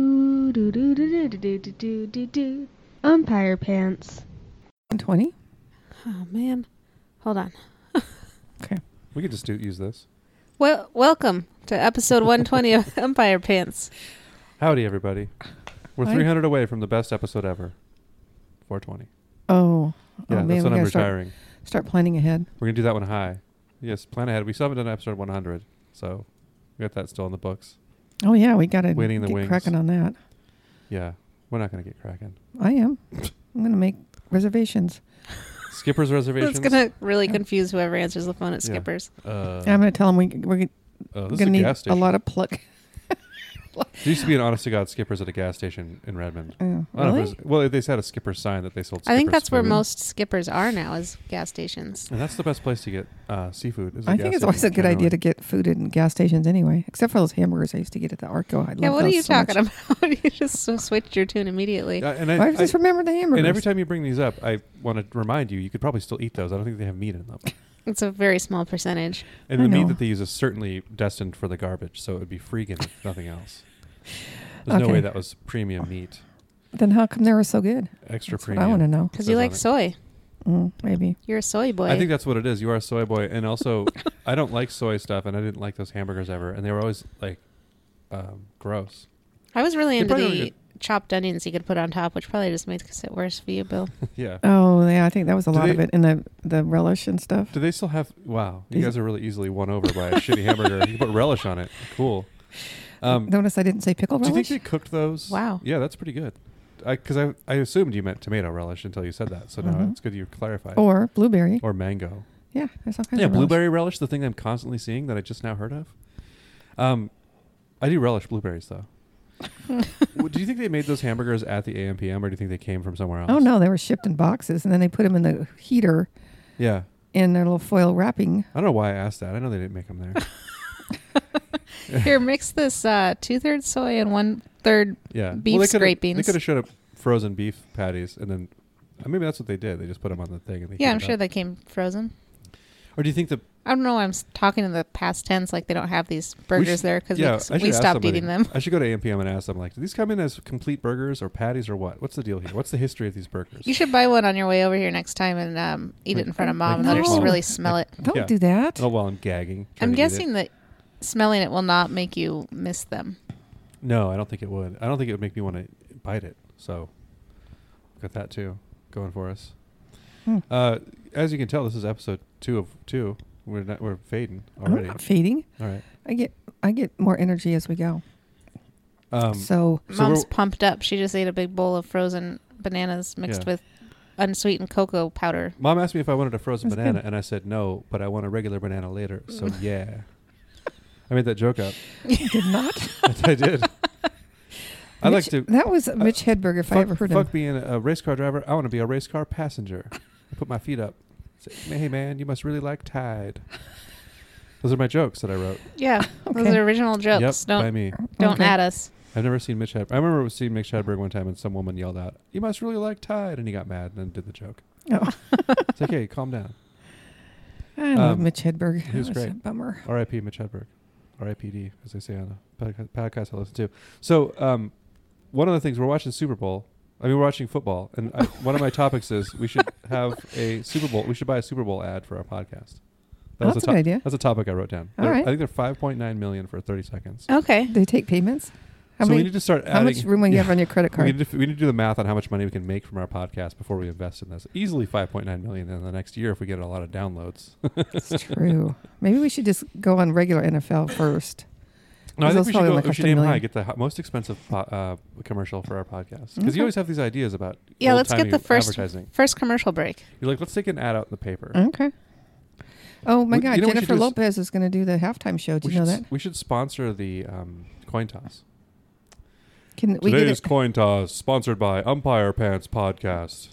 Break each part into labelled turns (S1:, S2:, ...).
S1: do do do do do do do do do. Umpire pants.
S2: 20?
S3: Oh man, hold on.
S4: We could just do use this.
S3: Well, welcome to episode 120 of Empire Pants.
S4: Howdy, everybody. We're
S2: Hi.
S4: 300 away from the best episode ever. 420.
S2: Oh.
S4: Yeah,
S2: oh, man,
S4: that's when
S2: we
S4: I'm
S2: gotta start,
S4: retiring.
S2: start planning ahead.
S4: We're gonna do that one high. Yes, plan ahead. We still haven't done episode 100, so we got that still in the books.
S2: Oh, yeah, we got to
S4: Waiting in the
S2: get
S4: wings.
S2: cracking on that.
S4: Yeah, we're not gonna get cracking.
S2: I am. I'm going to make reservations.
S4: Skipper's reservations.
S3: It's gonna really confuse whoever answers the phone at Skipper's.
S4: uh,
S2: I'm going to tell them we, we're
S4: uh,
S2: going
S4: this is
S2: to
S4: a
S2: need
S4: gas
S2: a
S4: station.
S2: lot of pluck.
S4: There used to be an honest to god Skipper's at a gas station in Redmond.
S2: Oh,
S4: I don't know if
S2: really?
S4: it was- well, they just had a Skipper's sign that they sold.
S3: I think
S4: Skipper's
S3: that's where
S4: food.
S3: most Skippers are now, is gas stations.
S4: And that's the best place to get uh, seafood. Is a
S2: I
S4: gas
S2: think it's
S4: station,
S2: always a good idea
S4: generally.
S2: to get food in gas stations anyway, except for those hamburgers I used to get at the Arco. I
S3: Yeah,
S2: love
S3: what are
S2: those
S3: you
S2: so
S3: talking
S2: much.
S3: about? you just so switched your tune immediately.
S4: Uh, and I,
S2: I just
S4: I-
S2: remember the hamburgers.
S4: and every time you bring these up, I want to remind you, you could probably still eat those. I don't think they have meat in them.
S3: It's a very small percentage.
S4: And
S2: I
S4: the meat
S2: know.
S4: that they use is certainly destined for the garbage, so it would be freaking if nothing else. There's no way
S2: Okay.
S4: that was premium meat,
S2: Then how come they were so good?
S4: extra
S2: That's what
S4: premium.
S2: I want to know.
S3: Because
S4: Says
S3: you
S4: on
S3: like
S4: it.
S3: soy.
S2: Mm, maybe.
S3: You're a soy boy.
S4: I think that's what it is. You are a soy boy, and also I don't like soy stuff, and I didn't like those hamburgers ever, and they were always like um, gross.
S3: I was really
S4: You
S3: into
S4: probably
S3: the chopped onions you could put on top, which probably just makes it worse for you, Bill.
S4: yeah.
S2: Oh, yeah, I think that was a
S4: Do
S2: lot
S4: they-
S2: of it. And the, the relish and stuff.
S4: Do they still have? Wow, you
S2: These-
S4: guys are really easily won over by a shitty hamburger. You can put relish on it. Cool. Um,
S2: Notice I didn't say pickle
S4: Do you
S2: relish.
S4: think they cooked those?
S3: Oh, Wow.
S4: Yeah, that's pretty good. Because I, I, assumed you meant tomato relish until you said that. So now
S3: Mm-hmm.
S2: Mhm.
S4: it's good you
S3: Oh,
S4: clarified.
S2: or blueberry.
S4: Or mango.
S2: yeah, there's all kinds
S4: Yeah,
S2: of relish.
S4: blueberry relish, the thing I'm constantly seeing that I just now heard of. Um, I do relish blueberries, though. W- do you think they made those hamburgers at the AMPM or do you think they came from somewhere else?
S2: Oh no, they were shipped in boxes, and then they put them in the heater
S4: Yeah.
S2: in their little foil wrapping.
S4: I don't know why I asked that. I know they didn't make them there.
S3: Here, mix this uh, two thirds soy and one third.
S4: Yeah.
S3: Beef
S4: they could've- They
S3: scrapings.
S4: could have showed up frozen beef patties and then. uh, Maybe that's what they did. They just put them on the thing and they
S3: Yeah,
S4: heated
S3: I'm
S4: it
S3: sure
S4: up.
S3: they came frozen.
S4: Or do you think the
S3: I don't know why I'm s- talking in the past tense like they don't have these burgers
S4: should-
S3: there 'cause
S4: yeah,
S3: there because
S4: I should
S3: we,
S4: ask
S3: stopped
S4: somebody.
S3: eating them.
S4: I should go to AMPM and ask them, like, do these come in as complete burgers or patties or what? What's the deal here? What's the history of these burgers?
S3: You should buy one on your way over here next time and um, eat it in front of mom and let her s-
S2: No.
S3: really smell it.
S2: Don't
S4: Yeah.
S2: do that.
S4: oh, well, I'm gagging. trying
S3: I'm
S4: to eat it.
S3: guessing that smelling it will not make you miss them.
S4: No, I don't think it would. I don't think it would make me want to bite it. So, got that too going for us.
S2: Hmm.
S4: Uh, as you can tell, this is episode two of two. We're not, we're fading
S2: I'm
S4: already.
S3: Oh.
S2: not feeding.
S4: All right.
S2: I get I get more energy as we go.
S4: Um,
S2: so
S4: So
S3: Mom's
S4: we're-
S3: pumped up. She just ate a big bowl of frozen bananas mixed
S4: Yeah.
S3: with unsweetened cocoa powder.
S4: Mom asked me if I wanted a frozen
S2: That's
S4: banana,
S2: good.
S4: and I said no, but I want a regular banana later. So yeah, I made that joke up.
S2: you did not.
S4: I did. I like
S2: Mitch-
S4: to. uh,
S2: That was Mitch Hedberg, if
S4: fuck,
S2: I ever heard
S4: fuck
S2: him.
S4: being a race car driver. I want to be a race car passenger. I put my feet up. Say, hey man, you must really like Tide. Those are my jokes that I wrote.
S3: Yeah, those
S2: Okay.
S3: are original jokes.
S4: Yep, by
S3: don't
S4: me.
S3: don't
S2: Okay.
S3: add us.
S4: I've never seen Mitch. Hedberg. I remember seeing Mitch Hedberg one time, and some woman yelled out, "You must really like Tide," and he got mad and then did the joke.
S2: Oh,
S4: It's like, hey, calm down.
S2: I love
S4: Um,
S2: Mitch Hedberg.
S4: he was
S2: That a
S4: great.
S2: bummer.
S4: R.I.P. Mitch Hedberg. R.I.P.D. As they say on a podca- podcast I listen to. So, um, one of the things we're watching Super Bowl. I mean, we're watching football, and I, one of my topics is we should have a Super Bowl. We should buy a Super Bowl ad for our podcast.
S2: Oh,
S4: was
S2: that's
S4: a
S2: a
S4: top-
S2: good idea.
S4: That's a topic I wrote down.
S2: All
S4: They're-
S2: right.
S4: I think they're five point nine million for thirty seconds.
S3: Okay.
S2: They take payments. How
S4: so we
S2: many?
S4: need to start.
S2: How
S4: adding,
S2: much room will you
S4: Yeah.
S2: have on your credit
S4: We
S2: card?
S4: need, to, f- we need to do the math on how much money we can make from our podcast before we invest in this. Easily 5.9 million in the next year if we get a lot of downloads.
S2: It's true. Maybe we should just go on regular NFL first.
S4: No, I
S2: Because that's
S4: think we should,
S2: probably
S4: go,
S2: like
S4: we
S2: a
S4: should aim high,
S2: million.
S4: get the ho- most expensive po- uh, commercial for our podcast. Because
S2: Okay.
S4: you always have these ideas about
S3: Yeah, let's
S4: old-timey
S3: get the first-
S4: advertising.
S3: First commercial break.
S4: You're like, let's take an ad out in the paper.
S2: Okay. Oh my
S4: We-
S2: God,
S4: you know what we
S2: Jennifer
S4: should do is-
S2: Lopez is going to do the halftime show. Do
S4: we
S2: you know
S4: should
S2: that?
S4: s- we should sponsor the um, coin toss.
S2: Can we get
S4: Today's
S2: it?
S4: coin toss sponsored by Umpire Pants Podcast.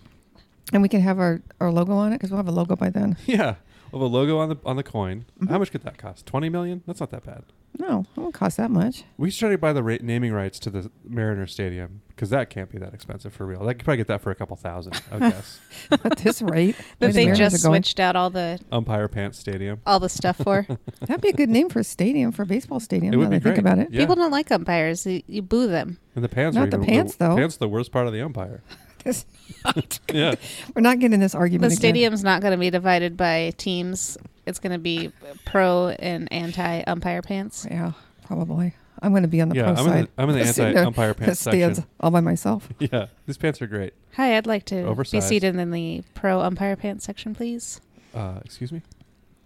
S2: and we can have our, our logo on it because we'll have a logo by then.
S4: Yeah, of a logo on the on the coin.
S2: Mm-hmm.
S4: How much could that cost? Twenty million? That's not that bad.
S2: No, it won't cost that much.
S4: We should try to buy the ra- naming rights to the Mariner Stadium because that can't be that expensive for real. That could probably get that for a couple thousand, I would guess.
S2: At this rate, where the
S3: That they
S2: Mariners
S3: just
S2: are going.
S3: switched out all the
S4: Umpire Pants Stadium.
S3: all the stuff for.
S2: That'd be a good name for a stadium for a baseball stadium.
S4: It would
S2: now
S4: be
S2: that I think
S4: great.
S2: about it.
S4: Yeah.
S3: People don't like umpires. You, you boo them.
S4: And the pants
S2: Not
S4: are
S2: the
S4: even
S2: pants, though.
S4: Pants are the worst part of the umpire.
S2: This-
S4: Yeah.
S2: We're not getting this argument.
S3: The
S2: again.
S3: stadium's not going to be divided by teams. It's going to be pro and anti umpire pants.
S2: Yeah, probably. I'm going to be on the pro
S4: yeah, I'm in
S2: side.
S4: the, I'm in the
S2: Sitting
S4: anti
S2: there
S4: umpire
S2: that
S4: pants
S2: stands
S4: section.
S2: all by myself.
S4: Yeah, these pants are great.
S3: Hi, I'd like to be
S4: Oversized.
S3: seated in the pro umpire pants section, please.
S4: Uh, excuse me.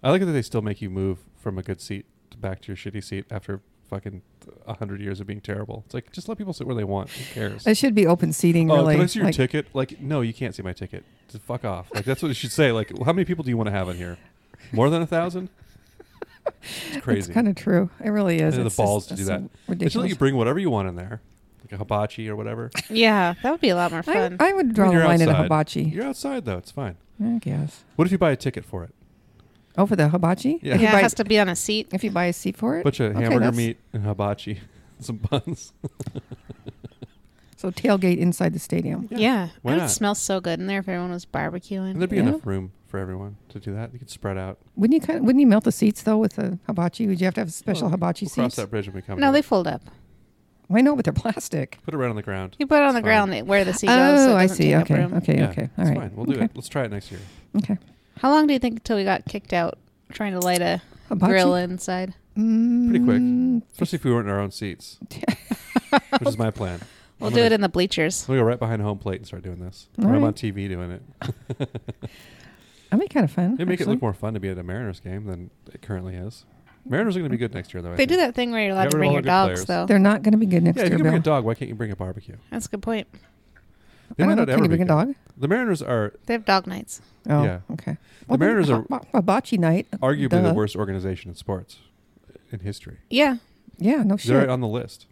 S4: I like that they still make you move from a good seat to back to your shitty seat after fucking a hundred years of being terrible. It's like just let people sit where they want. Who cares?
S2: It should be open seating,
S4: Oh,
S2: really.
S4: can I see your
S2: Like,
S4: ticket? Like, no, you can't see my ticket. Just fuck off. Like, that's what it should say. Like, how many people do you want to have in here? More than a thousand? It's crazy.
S2: It's kind of true. It really is.
S4: They have the
S2: It's just-
S4: balls to
S2: it's
S4: do that. They should let
S2: Ridiculous.
S4: you bring whatever you want in there, like a hibachi or whatever.
S3: Yeah, that would be a lot more
S2: I,
S3: fun.
S2: I would draw
S4: you're
S2: a line in a
S4: outside.
S2: hibachi.
S4: You're outside though; it's fine.
S2: I guess.
S4: What if you buy a ticket for it?
S2: Oh, for the hibachi?
S4: Yeah.
S2: If, you
S3: yeah,
S2: buy,
S3: it has to be on a seat.
S2: if you buy a seat for it?
S4: bunch of
S2: Okay,
S4: hamburger
S2: that's-
S4: meat and hibachi, some buns.
S2: So tailgate inside the stadium.
S4: Yeah.
S3: Yeah,
S4: Why
S3: it would
S4: not?
S3: smell so good in there if everyone was
S4: And
S3: barbecuing.
S4: there'd be
S2: Yeah.
S4: enough room for everyone to do that. You could spread out.
S2: Wouldn't you kind of, wouldn't you melt the seats though with the hibachi? Would you have to have special
S4: Well,
S2: hibachi
S4: We'll cross
S2: seats?
S4: that bridge when we come.
S3: No,
S4: to
S3: they
S4: it.
S3: fold up.
S2: I know, but they're plastic.
S4: put it right on the ground.
S3: You put it on the
S4: It's fine.
S3: ground it- where the seat goes. so
S2: oh,
S3: it
S2: I
S3: doesn't
S2: see.
S3: take up
S2: Okay,
S3: room.
S2: okay,
S4: Yeah,
S2: okay. All
S4: it's
S2: right.
S4: fine. We'll do
S2: Okay.
S4: it. Let's try it next year.
S2: Okay.
S3: How long do you think until we got kicked out trying to light a
S2: Hibachi? Mm,
S3: grill inside?
S2: Pretty
S4: quick. Especially if we weren't in our own seats, which is my plan.
S3: We'll
S4: I'm
S3: do
S4: gonna-
S3: it in the bleachers.
S4: We go right behind home plate and start doing this.
S2: All
S4: Or I'm
S2: right.
S4: on TV doing it.
S2: That'd be kind of fun.
S4: They make it
S2: actually.
S4: look more fun to be at a Mariners game than it currently is. Mariners are going to be good next year, though. I
S3: They do
S4: think.
S3: that thing where you're allowed
S4: Got
S3: to
S4: rid of
S3: bring
S4: all
S3: your
S4: the good
S3: dogs,
S4: players.
S3: though.
S2: They're not going to be good next
S4: Yeah, if you
S2: year,
S4: can bring a
S2: Bill.
S4: dog, why can't you bring a barbecue?
S3: That's a good point.
S4: They might
S2: I don't
S4: not
S2: know, Uh, can
S4: ever
S2: you
S4: be
S2: bring a
S4: good.
S2: dog?
S4: The Mariners are
S3: They have dog nights.
S2: Oh,
S4: Yeah.
S2: okay.
S4: The Mariners are
S2: hib- hibachi night.
S4: arguably the
S2: Duh.
S4: worst organization in sports in history.
S3: Yeah,
S2: Yeah, no shit.
S4: They're on the list.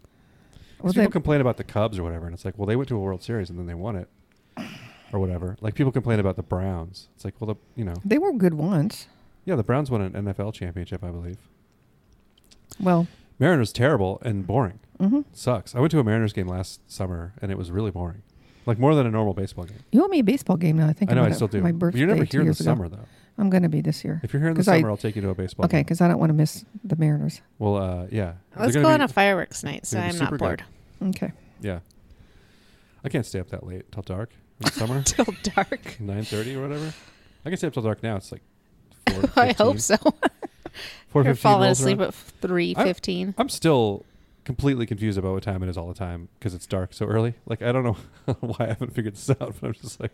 S4: 'Cause
S2: Well,
S4: people
S2: they-
S4: complain about the Cubs or whatever, and it's like, well, they went to a World Series and then they won it, or whatever. Like people complain about the Browns. It's like, well, the you know,
S2: they were good once.
S4: yeah, the Browns won an NFL championship, I believe.
S2: Well,
S4: Mariners terrible and boring.
S2: mhm.
S4: Sucks. I went to a Mariners game last summer and it was really boring. Like more than a normal baseball game.
S2: you owe me a baseball game now. I think
S4: I know
S2: about
S4: I
S2: it.
S4: still do.
S2: My
S4: But
S2: birthday.
S4: you're never
S2: two
S4: here in the
S2: years ago.
S4: summer though.
S2: I'm going to be this year.
S4: If you're here in the
S2: 'Cause I-
S4: summer, I, will take you to a baseball
S2: Okay,
S4: game.
S2: because I don't want to miss the Mariners.
S4: Well, uh, yeah. They're
S3: let's
S4: gonna
S3: go on
S4: be-
S3: a fireworks night, so
S4: they're gonna
S3: I'm
S4: be
S3: not
S4: super
S3: bored.
S2: Okay.
S4: Yeah. I can't stay up that late till dark in the summer.
S3: Till dark.
S4: Nine thirty or whatever. I can stay up till dark now. It's like four.
S3: I hope so.
S4: Four
S3: You're falling asleep
S4: Around.
S3: at three fifteen.
S4: I'm still completely confused about what time it is all the time because it's dark so early. Like I don't know why I haven't figured this out, but I'm just like,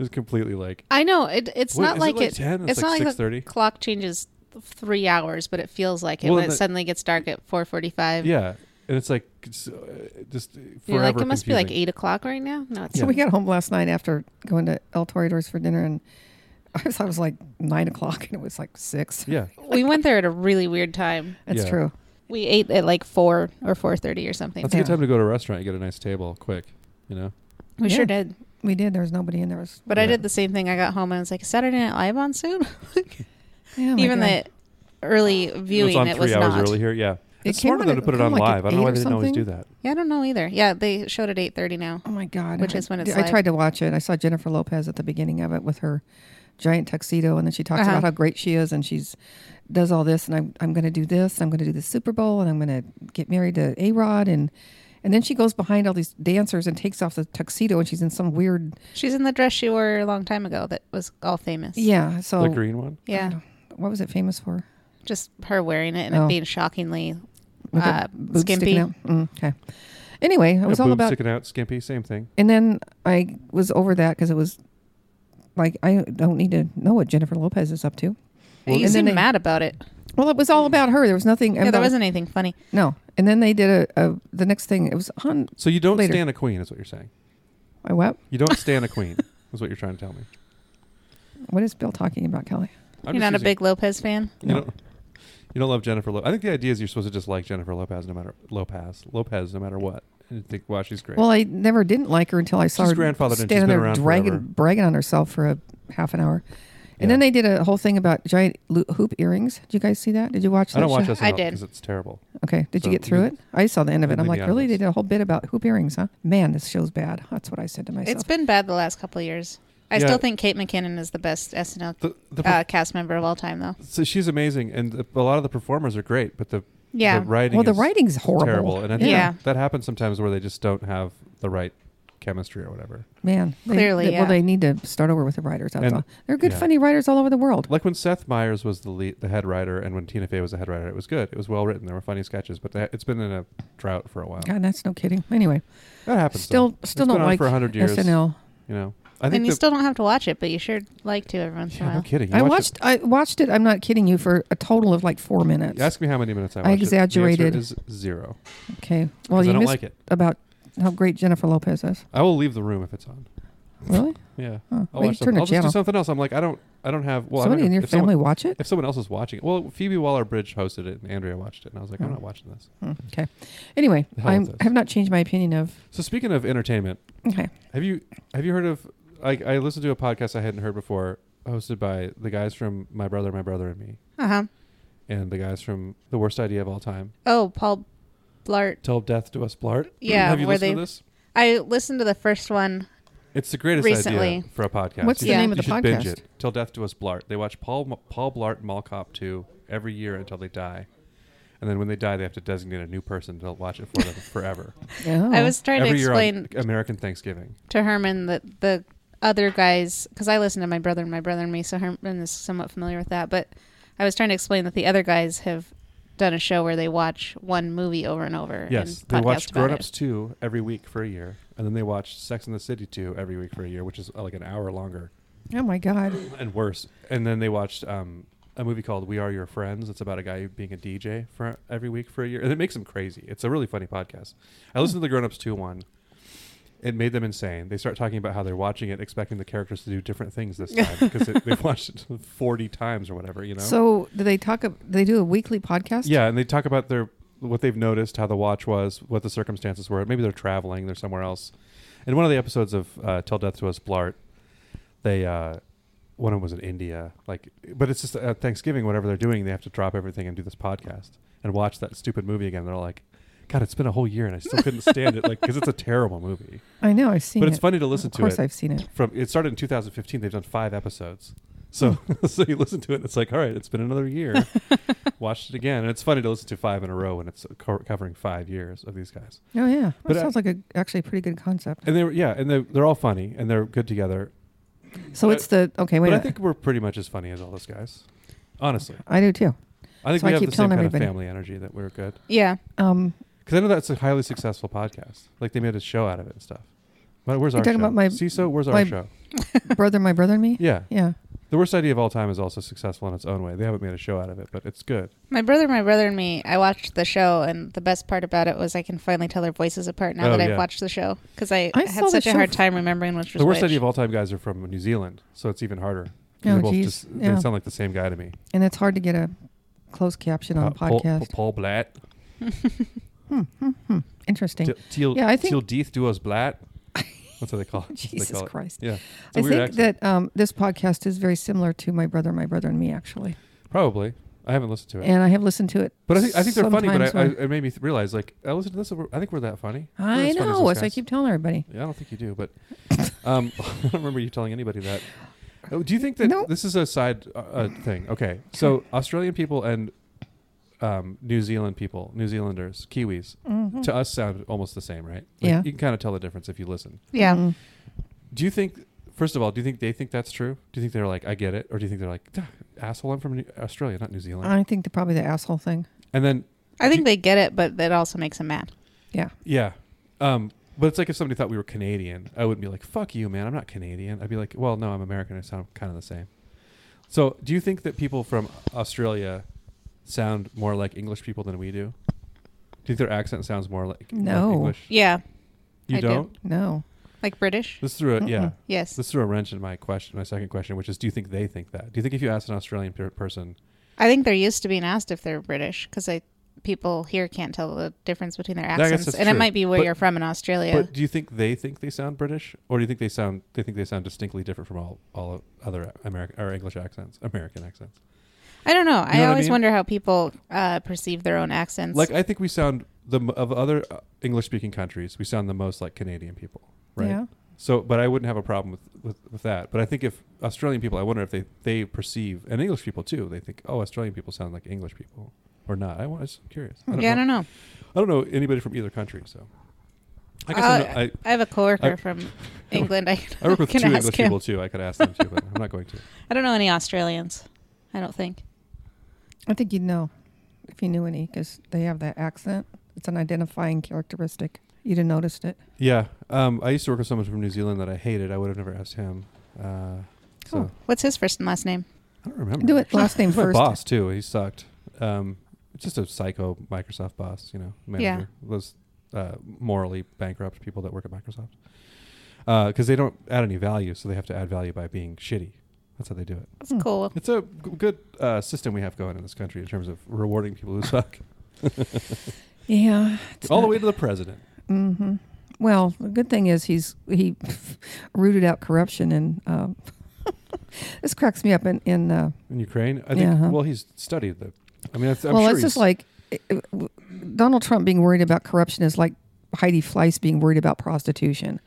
S4: it's completely like.
S3: I know it, it's
S4: Wait,
S3: not
S4: is
S3: like
S4: it like
S3: it.
S4: 10? It's
S3: It's,
S4: like
S3: not like
S4: 6:30?
S3: the clock changes th- three hours, but it feels like it
S4: Well,
S3: when
S4: and
S3: it
S4: the-
S3: suddenly gets dark at four forty-five.
S4: Yeah, and it's like it's, uh, just forever.
S3: you're like it must be like
S4: confusing.
S3: eight o'clock right now. No, it's
S2: So
S4: Yeah.
S2: we got home last night after going to El Toreador's for dinner, and I was, I was like nine o'clock, and it was like six.
S4: Yeah,
S3: we went there at a really weird time.
S2: That's
S4: Yeah.
S2: true.
S3: We ate at like four or four thirty or something.
S4: that's a good
S2: Yeah.
S4: time to go to a restaurant and get a nice table quick. You know,
S3: we sure
S2: Yeah.
S3: did,
S2: We did. There was nobody in there. It Was,
S3: but
S4: Yeah. Oh
S3: I did the same thing. I got home and I was like, "Is Saturday Night Live on soon?"
S2: yeah, oh my
S3: Even
S2: God.
S3: the early viewing,
S4: it's on
S3: it
S4: three
S3: was
S4: hours
S3: not.
S4: early here. Yeah,
S2: It
S4: it's
S2: came
S4: smarter
S2: on
S4: than
S2: at-
S4: to put it
S2: come
S4: on
S2: like at
S4: live. I don't know
S2: eight
S4: why
S2: or
S4: they didn't always do
S2: something.
S4: that.
S3: Yeah, I don't know either. Yeah, they showed at eight thirty now.
S2: Oh my God.
S3: Which
S2: I-
S3: is when it's
S2: I
S3: live.
S2: tried to watch it. I saw Jennifer Lopez at the beginning of it with her giant tuxedo, and then she talks
S3: Uh-huh.
S2: about how great she is, and she's does all this, and I'm I'm going to do this, and I'm going to do the Super Bowl, and I'm going to get married to A Rod, and and then she goes behind all these dancers and takes off the tuxedo, and she's in some weird
S3: She's in the dress she wore a long time ago that was all famous.
S2: yeah.
S3: Oh.
S2: So
S4: The green one.
S3: yeah.
S2: what was it famous for?
S3: just her wearing it and
S2: Oh.
S3: it being shockingly
S2: With her
S3: uh,
S2: boobs sticking
S3: skimpy.
S2: out? Mm, okay. Anyway, it was
S4: a
S2: all
S4: boob
S2: about
S4: sticking out, skimpy, same thing.
S2: And then I was over that because it was like I don't need to know what Jennifer Lopez is up to.
S3: you
S2: and then
S3: seem
S2: they-
S3: mad about it.
S2: Well, it was all about her. There was nothing.
S3: Yeah,
S2: about-
S3: there wasn't anything funny.
S2: No. And then they did a, a the next thing. It was on.
S4: So you don't
S2: Later.
S4: stand a queen, is what you're saying.
S2: I what?
S4: You don't stand a queen, is what you're trying to tell me.
S2: What is Bill talking about, Kelly?
S4: I'm just
S3: You're not a
S4: using-
S3: big Lopez fan.
S4: You, don't, you don't love Jennifer Lopez. I think the idea is you're supposed to just like Jennifer Lopez no matter Lopez Lopez no matter what, and you think, wow, she's great.
S2: Well, I never didn't like her until I saw her
S4: She's grandfathered and she's
S2: standing
S4: been
S2: there
S4: around
S2: dragging,
S4: forever.
S2: bragging on herself for a half an hour. And then they did a whole thing about giant lo- hoop earrings. Did you guys see that? Did you watch that?
S4: I don't watch
S2: show?
S4: this
S3: I
S4: enough
S3: did.
S4: because it's terrible.
S2: Okay. Did
S4: So
S2: you get
S4: you
S2: through
S4: can-
S2: it? I saw the end of it.
S4: Leave
S2: I'm
S4: me
S2: like,
S4: out of
S2: really? They
S4: this.
S2: did a whole bit about hoop earrings, huh? Man, this show's bad. That's what I said to myself.
S3: It's been bad the last couple of years. I
S4: Yeah.
S3: still think Kate McKinnon is the best SNL
S4: The, the per-
S3: uh, cast member of all time, though.
S4: so she's amazing, and the, a lot of the performers are great, but the,
S3: Yeah.
S4: the writing
S2: well, the
S4: is
S2: writing's horrible.
S4: terrible. And I think
S3: Yeah.
S4: that happens sometimes where they just don't have the right chemistry or whatever.
S2: Man, they-
S3: Clearly,
S2: they- well,
S3: yeah.
S2: they need to start over with the writers. That's
S4: And-
S2: all. They're good,
S4: yeah.
S2: funny writers all over the world.
S4: Like when Seth Meyers was the lead, the head writer, and when Tina Fey was the head writer, it was good. It was well written. There were funny sketches, but that, it's been in a drought for a while.
S2: God, that's no kidding. Anyway,
S4: That happens.
S2: still,
S4: though.
S2: still
S4: it's
S2: don't
S4: been on
S2: like
S4: for 100 years.
S2: SNL.
S4: You know, I think
S3: And you
S4: the-
S3: still don't have to watch it, but you sure like to every once in
S4: yeah,
S3: a
S4: no
S3: while.
S4: kidding. You
S2: I
S4: watch it-
S2: watched. I watched it. I'm not kidding you. For a total of like four minutes.
S4: You Ask me how many minutes I
S2: I
S4: watched. it. The answer
S2: exaggerated.
S4: is zero.
S2: Okay.
S4: Well,
S2: Well, you
S4: I don't
S2: missed
S4: like it.
S2: about how great Jennifer Lopez is.
S4: I will leave the room if it's on.
S2: Really?
S4: Yeah.
S2: Huh.
S4: I'll
S2: Well, you
S4: watch
S2: turn
S4: something.
S2: the
S4: Oh, I'll just do
S2: channel.
S4: something else. I'm like, I don't, I don't have. Well, I
S2: Somebody
S4: don't-
S2: in your
S4: if someone-
S2: family watch it?
S4: if someone else is watching it, well, Phoebe Waller Bridge hosted it and Andrea watched it, and I was like, I'm
S2: Oh.
S4: not watching this.
S2: Hmm, Okay. Anyway,
S4: The hell
S2: I'm,
S4: with this.
S2: I have not changed my opinion of.
S4: So speaking of entertainment,
S2: Okay.
S4: have you have you heard of? I, I listened to a podcast I hadn't heard before, hosted by the guys from My Brother, My Brother and Me,
S3: Uh huh.
S4: and the guys from The Worst Idea of All Time,
S3: Oh, Paul Blart.
S4: Till Death Do Us Blart.
S3: Yeah,
S4: have you
S3: where
S4: listened to
S3: they-
S4: this?
S3: I listened to the first one.
S4: It's the greatest
S3: Recently.
S4: idea for a podcast.
S2: What's
S4: You
S2: the
S4: should-
S2: name of
S4: you
S2: the
S4: should binge
S2: podcast?
S4: it. Till Death Do Us Blart. They watch Paul Paul Blart Mall Cop 2 every year until they die. And then when they die, they have to designate a new person to watch it for them forever.
S2: Oh.
S3: I was trying
S4: every
S3: to
S4: year
S3: explain
S4: on American Thanksgiving.
S3: to Herman that the other guys, because I listen to my brother and my brother and me, so Herman is somewhat familiar with that. But I was trying to explain that the other guys have done a show where they watch one movie over and over.
S4: Yes,
S3: and
S4: they
S3: podcast
S4: watched
S3: about
S4: Grown
S3: it.
S4: Ups 2 every week for a year, and then they watched Sex in the City 2 every week for a year, which is uh, like an hour longer
S2: oh my God.
S4: and worse. And then they watched um, a movie called We Are Your Friends. It's about a guy being a DJ for every week for a year, and it makes them crazy. It's a really funny podcast. I listened to the Grown Ups 2 one. It made them insane. They start talking about how they're watching it, expecting the characters to do different things this time because they've watched it 40 times or whatever, you know?
S2: So do they talk? ab- Do they do a weekly podcast?
S4: Yeah, and they talk about their what they've noticed, how the watch was, what the circumstances were. Maybe they're traveling, they're somewhere else. In one of the episodes of uh, "Till Death Do Us Blart," they uh, one of them was in India, like, but it's just at Thanksgiving, whatever they're doing, they have to drop everything and do this podcast and watch that stupid movie again. They're all like, "God, it's been a whole year, and I still couldn't stand it," like, because it's a terrible movie.
S2: I know. I've seen
S4: but
S2: it.
S4: it's funny to listen
S2: Of
S4: to
S2: course,
S4: it.
S2: I've seen it.
S4: From it started in 2015, they've done five episodes. So,
S2: Hmm.
S4: so you listen to it, and it's like, all right, it's been another year. Watched it again, and it's funny to listen to five in a row when it's co- covering five years of these guys.
S2: Oh yeah. That
S4: But I-
S2: sounds like a actually a pretty good concept.
S4: And they were, yeah, and they're, they're all funny and they're good together.
S2: So
S4: but-
S2: it's the okay. Wait.
S4: but
S2: a
S4: I
S2: minute.
S4: think we're pretty much as funny as all those guys. Honestly,
S2: I do too.
S4: I think
S2: So
S4: we
S2: I
S4: have
S2: keep
S4: the same
S2: telling
S4: kind
S2: everybody.
S4: of family energy that we're good.
S3: Yeah.
S2: Um,
S4: Because I know that's a highly successful podcast. Like they made a show out of it and stuff. But where's
S2: You're
S4: our
S2: talking
S4: show?
S2: about my-
S4: CISO, where's
S2: my-
S4: our show?
S2: brother, my brother, and me.
S4: Yeah,
S2: Yeah.
S4: the worst idea of all time is also successful in its own way. They haven't made a show out of it, but it's good.
S3: My brother, my brother, and me. I watched the show, and the best part about it was I can finally tell their voices apart now
S4: Oh,
S3: that I've
S4: yeah.
S3: watched the show because I,
S2: I saw
S3: had
S2: the
S3: such a
S2: show
S3: hard
S2: f-
S3: time remembering which was
S4: the worst
S3: which.
S4: idea of all time guys are from New Zealand, so it's even harder. 'Cause
S2: Oh,
S4: they're both
S2: geez.
S4: just-
S2: Yeah.
S4: They sound like the same guy to me.
S2: And it's hard to get a closed caption on a
S4: Pa- Paul-
S2: podcast.
S4: Paul, Blatt.
S2: Hmm, hmm, hmm. Interesting.
S4: Til, till,
S2: Yeah, I think-
S4: till Death do us Blatt. That's what they call it. That's what they
S2: Jesus
S4: call it.
S2: Christ.
S4: Yeah. It's a
S2: I
S4: weird
S2: think
S4: accent.
S2: that um, this podcast is very similar to my brother, my brother, and me actually.
S4: Probably. I haven't listened to it.
S2: And I have listened to it.
S4: but I think, I think they're funny,
S2: sometimes
S4: but I, I,
S2: when-
S4: it made me th- realize, like, I listened to this, and we're- I think we're that funny. We're
S2: I
S4: as funny as
S2: know.
S4: those
S2: So I
S4: guys.
S2: keep telling everybody.
S4: Yeah, I don't think you do, but um, I don't remember you telling anybody that. Oh, Do you think that
S2: No.
S4: this is a side uh, uh, thing? Okay, so Australian people and um, New Zealand people, New Zealanders, Kiwis,
S2: Mhm.
S4: to us sound almost the same, right?
S2: Yeah.
S4: you can kind of tell the difference if you listen.
S3: Yeah.
S2: Mm.
S4: Do you think? First of all, do you think they think that's true? Do you think they're like, I get it, or do you think they're like, "Duh, asshole? I'm from New- Australia, not New Zealand.
S2: I think the, probably the asshole thing.
S4: and then
S3: I
S4: Do-
S3: think they get it, but it also makes them mad.
S2: Yeah.
S4: Yeah. Um, but it's like if somebody thought we were Canadian, I wouldn't be like, fuck you, man. I'm not Canadian. I'd be like, well, no, I'm American. I sound kind of the same. So do you think that people from Australia sound more like English people than we do? Do you think their accent sounds more like, like
S2: No.
S4: English?
S3: Yeah.
S4: You
S3: I do.
S4: don't?
S2: No.
S3: Like British.
S4: This threw a, yeah.
S2: Mm-mm.
S3: Yes.
S4: This threw a wrench in my question, my second question, which is, do you think they think that? Do you think if you ask an Australian per- person,
S3: I think they're used to being asked if they're British because I people here can't tell the difference between their
S4: I guess
S3: accents,
S4: that's
S3: and it
S4: true.
S3: might be where
S4: But-
S3: you're from in Australia.
S4: But do you think they think they sound British, or do you think they sound they think they sound distinctly different from all all other American or English accents, American accents?
S3: I don't know.
S4: know what
S3: I
S4: I
S3: always
S4: mean?
S3: wonder how people uh, perceive their own accents.
S4: Like I think we sound the m- of other English speaking countries, we sound the most like Canadian people, right?
S2: Yeah.
S4: So, but I wouldn't have a problem with, with, with that. But I think if Australian people, I wonder if they, they perceive, and English people too, they think, oh, Australian people sound like English people or not. I was curious. I don't,
S3: yeah,
S4: know,
S3: I don't know.
S4: I don't know anybody from either country, so. I guess
S3: Uh,
S4: I'm not- I,
S3: I have a coworker
S4: I-
S3: from England. I,
S4: I work with two
S3: can
S4: English
S3: ask him.
S4: people too. I could ask them too, but I'm not going to.
S3: I don't know any Australians. I don't think.
S2: I think you'd know if you knew any because they have that accent. It's an identifying characteristic. You'd have noticed it.
S4: Yeah. Um, I used to work with someone from New Zealand that I hated. I would have never asked him. Uh, so
S2: Oh.
S3: What's his first and last name?
S4: I don't remember.
S2: Do it last name
S4: He's my
S2: first.
S4: boss too. He sucked. Um, just a psycho Microsoft boss, you know, manager. Those uh, morally bankrupt people that work at Microsoft because they don't add any value, so they have to add value by being shitty. That's how they do it.
S3: That's
S2: Hmm.
S3: cool.
S4: It's a g- good uh, system we have going in this country in terms of rewarding people who suck,
S2: Yeah.
S4: all the way to the president.
S2: Mm-hmm. Well, the good thing is he's he rooted out corruption and um, this cracks me up. In, in uh,
S4: In Ukraine, I think.
S2: Yeah, huh.
S4: Well, he's studied the. I mean, I th- I'm
S2: well,
S4: sure
S2: it's
S4: he's-
S2: just like it- it- w- Donald Trump being worried about corruption is like Heidi Fleiss being worried about prostitution.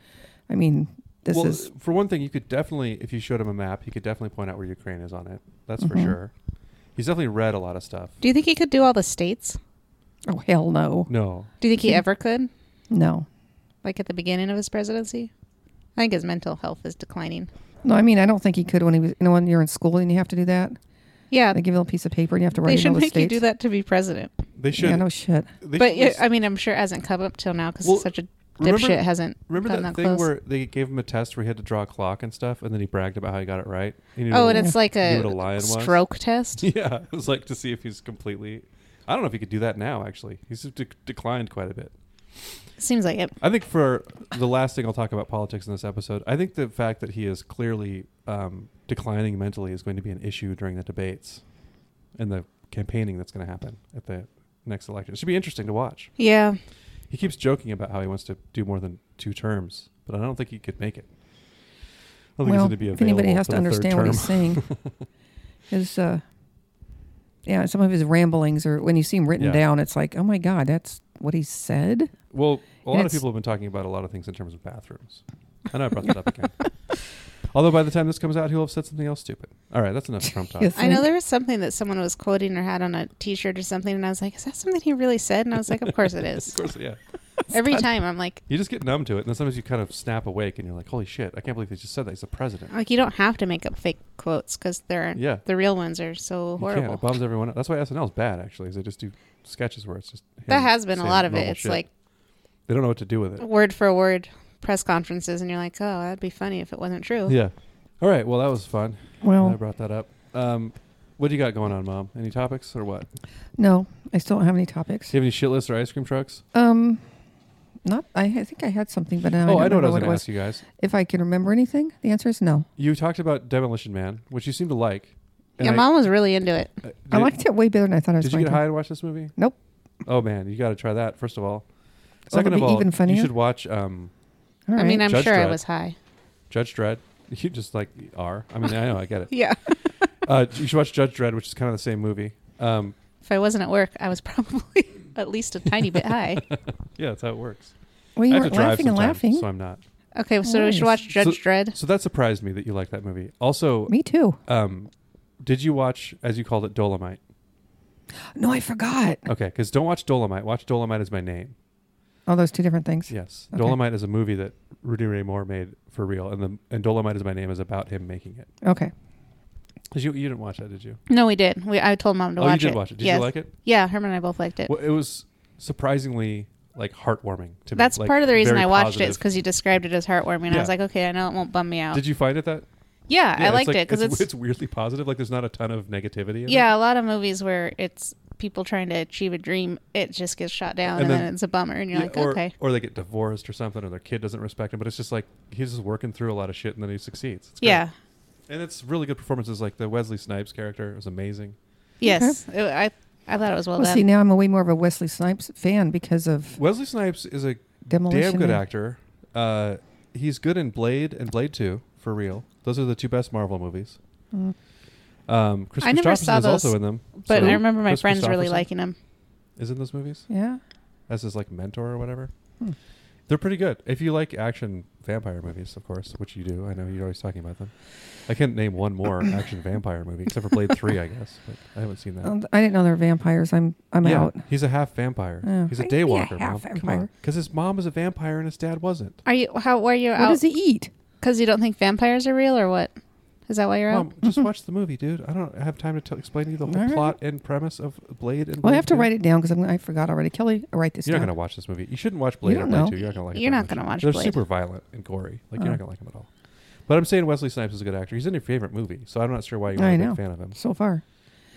S2: I mean, this
S4: well,
S2: is
S4: for one thing, you could definitely, if you showed him a map, he could definitely point out where Ukraine is on it. That's for
S2: Mhm.
S4: sure. He's definitely read a lot of stuff.
S3: Do you think he could do all the states?
S2: oh hell no,
S4: No,
S3: Do you think he ever could?
S2: no,
S3: Like at the beginning of his presidency? I think his mental health is declining.
S2: no. I mean, I don't think he could when he was. You know, when you're in school and you have to do that,
S3: Yeah,
S2: they give you a little piece of paper and you have to write.
S3: they
S2: in
S3: should
S2: all the
S3: make you
S2: states.
S3: do that to be president.
S4: they should.
S2: Yeah, no shit.
S4: they
S3: but
S4: should
S3: yeah,
S4: just-
S3: I mean, I'm sure it hasn't come up till now because
S4: Well,
S3: such a
S4: remember-
S3: dipshit hasn't.
S4: remember
S3: gotten
S4: that,
S3: that
S4: thing
S3: close.
S4: where they gave him a test where he had to draw a clock and stuff, and then he bragged about how he got it right. He knew
S3: Oh,
S4: what
S3: and it's like
S4: knew what a
S3: a
S4: lion was.
S3: stroke test.
S4: yeah, it was like to see if he's completely. I don't know if he could do that now. Actually, he's de- declined quite a bit.
S3: Seems like it.
S4: I think for the last thing I'll talk about politics in this episode, I think the fact that he is clearly um, declining mentally is going to be an issue during the debates and the campaigning that's going to happen at the next election. It should be interesting to watch.
S3: Yeah,
S4: He keeps joking about how he wants to do more than two terms, but I don't think he could make it. I don't think he's
S2: Well,
S4: going to be
S2: if
S4: available.
S2: anybody has to
S4: for the third
S2: understand what
S4: term.
S2: he's saying, his uh, yeah, some of his ramblings or when you see him written
S4: Yeah.
S2: down, it's like, oh my god, that's what he said.
S4: Well, a
S2: And
S4: lot of
S2: it's-
S4: people have been talking about a lot of things in terms of bathrooms. I know I brought that up again. Although by the time this comes out, he'll have said something else stupid. All right, that's enough Trump talk.
S2: Yes.
S3: I know there was something that someone was quoting or had on a T-shirt or something, and I was like, "Is that something he really said?" And I was like, "Of course it
S4: Of
S3: is."
S4: course, yeah.
S3: Every time I'm like,
S4: You just get numb to it, and then sometimes you kind of snap awake, and you're like, "Holy shit! I can't believe they just said that." He's the president.
S3: like you don't have to make up fake quotes because they're
S4: Yeah,
S3: the real ones are so
S4: you can't. It
S3: horrible.
S4: bums everyone. Out. That's why SNL is bad, actually, is they just do sketches where it's just him
S3: That has been a
S4: saying
S3: lot of it.
S4: normal
S3: It's
S4: shit.
S3: like
S4: they don't know what to do with it.
S3: word for word press conferences, and you're like, "Oh, that'd be funny if it wasn't true."
S2: Oh.
S4: Yeah. All right. Well, that was fun. I
S2: Well,
S4: brought that up. Um, what do you got going on, Mom? Any topics or what? Do
S2: no, I still don't have any topics.
S4: you have any shit lists or ice cream trucks?
S2: Um, not. I, I think I had something, but now
S4: oh,
S2: I
S4: I know
S2: don't
S4: what
S2: know
S4: I was
S2: what it
S4: going to
S2: was.
S4: ask you guys.
S2: If I can remember anything, the answer is no.
S4: You talked about Demolition Man, which you seem to like. and
S3: Yeah,
S4: I-
S3: mom was really into it.
S4: uh,
S2: I
S4: did-
S2: liked it way better than I thought I was
S4: Did you
S2: going
S4: get
S2: to.
S4: high and watch this movie?
S2: Nope.
S4: Oh man, you got to try that first of all.
S2: Oh, it'll
S4: Second of
S2: be
S4: all,
S2: even
S4: you
S2: funnier?
S4: should watch um,
S2: All
S3: I mean,
S2: right.
S3: I'm
S4: Judge
S3: sure I
S4: Dredd.
S3: was high.
S4: Judge Dredd. You just like are. I mean, I know, I get it.
S3: Yeah.
S4: Uh, you should watch Judge Dredd, which is kind of the same movie. Um,
S3: If I wasn't at work, I was probably at least a tiny bit high.
S4: yeah, that's how it works.
S2: well, you
S4: I have
S2: weren't
S4: to drive
S2: laughing and
S4: sometime,
S2: laughing.
S4: so I'm not.
S3: Okay, so we
S2: Nice.
S3: should watch Judge
S4: So-
S3: Dredd.
S4: So that surprised me that you like that movie. Also,
S2: Me too.
S4: um, did you watch, as you called it, Dolomite?
S2: No, I forgot.
S4: Okay, because don't watch Dolomite. Watch Dolomite is my name.
S2: Oh, those two different things.
S4: Yes,
S2: Okay.
S4: Dolomite is a movie that Rudy Ray Moore made for real, and the and Dolomite is my name is about him making it.
S2: Okay.
S4: 'Cause you you didn't watch that, did you?
S3: No, we did. We I told mom to
S4: oh,
S3: watch
S4: you did
S3: it.
S4: watch it. Did
S3: yes.
S4: you like it?
S3: Yeah, Herman and I both liked it.
S4: Well, it was surprisingly like heartwarming to me.
S3: That's
S4: Like,
S3: part of the reason
S4: very
S3: I watched it
S4: positive.
S3: is because you described it as heartwarming. and I
S4: Yeah.
S3: was like, okay, I know it won't bum me out.
S4: Did you find it that?
S3: yeah,
S4: Yeah,
S3: I liked
S4: like-
S3: it 'cause it because it's,
S4: it's weirdly positive. Like there's not a ton of negativity. In it.
S3: yeah, a lot of movies where it's people trying to achieve a dream, it just gets shot down,
S4: And
S3: and,
S4: then-
S3: then, it's a bummer, and you're
S4: Yeah,
S3: like,
S4: or,
S3: okay,
S4: Or they get divorced or something, or their kid doesn't respect him. But it's just like he's just working through a lot of shit, and then he succeeds. It's great.
S3: yeah,
S4: and it's really good performances. Like the Wesley Snipes character is amazing.
S3: yes, It- I I thought it was well,
S2: Well,
S3: done.
S2: see, now I'm a way more of a Wesley Snipes fan because of
S4: Wesley Snipes is a
S2: Demolition
S4: damn good
S2: Man.
S4: actor. Uh, he's good in Blade and Blade Two for real. Those are the two best Marvel movies.
S2: Mm.
S4: Um, Chris
S3: I never
S4: Christopherson
S3: saw
S4: is
S3: those,
S4: also in them.
S3: but
S4: so
S3: I remember my
S4: Chris
S3: friends really
S4: Christopherson
S3: liking him.
S4: Is in those movies
S2: yeah.
S4: as his like mentor or whatever.
S2: Hmm.
S4: They're pretty good. If you like action vampire movies, of course, which you do. I know you're always talking about them. I can't name one more action vampire movie except for Blade Three, I guess. But I haven't seen that.
S2: Um, I didn't know they're vampires. I'm I'm
S4: yeah,
S2: out. Oh,
S4: he's a half vampire.
S2: Yeah.
S4: He's a
S2: I can be a
S4: daywalker,
S2: half
S4: mom.
S2: vampire.
S4: Because his mom was a vampire and his dad wasn't.
S3: Are you how why you're
S2: What
S3: out?
S2: does he eat?
S3: Because you don't think vampires are real, or what? Is that why you're
S4: Mom,
S3: out?
S4: just watch the movie, dude. I don't have time to tell explain to you the whole
S2: All right.
S4: plot and premise of Blade. And
S2: Well,
S4: Blade
S2: I have to
S4: 2.
S2: write it down because I forgot already. Kelly, write this
S4: You're
S2: down.
S4: not gonna watch this movie. You shouldn't watch Blade or
S2: don't
S4: Blade
S2: know.
S4: Two. You're not gonna like. it
S3: You're
S4: that
S3: not
S4: much.
S3: gonna watch
S4: They're
S3: Blade.
S4: super violent and gory. Like you're
S2: Oh.
S4: not gonna like them at all. But I'm saying Wesley Snipes is a good actor. He's in your favorite movie, so I'm not sure why you're not
S2: I
S4: a
S2: know.
S4: big fan of him.
S2: so far.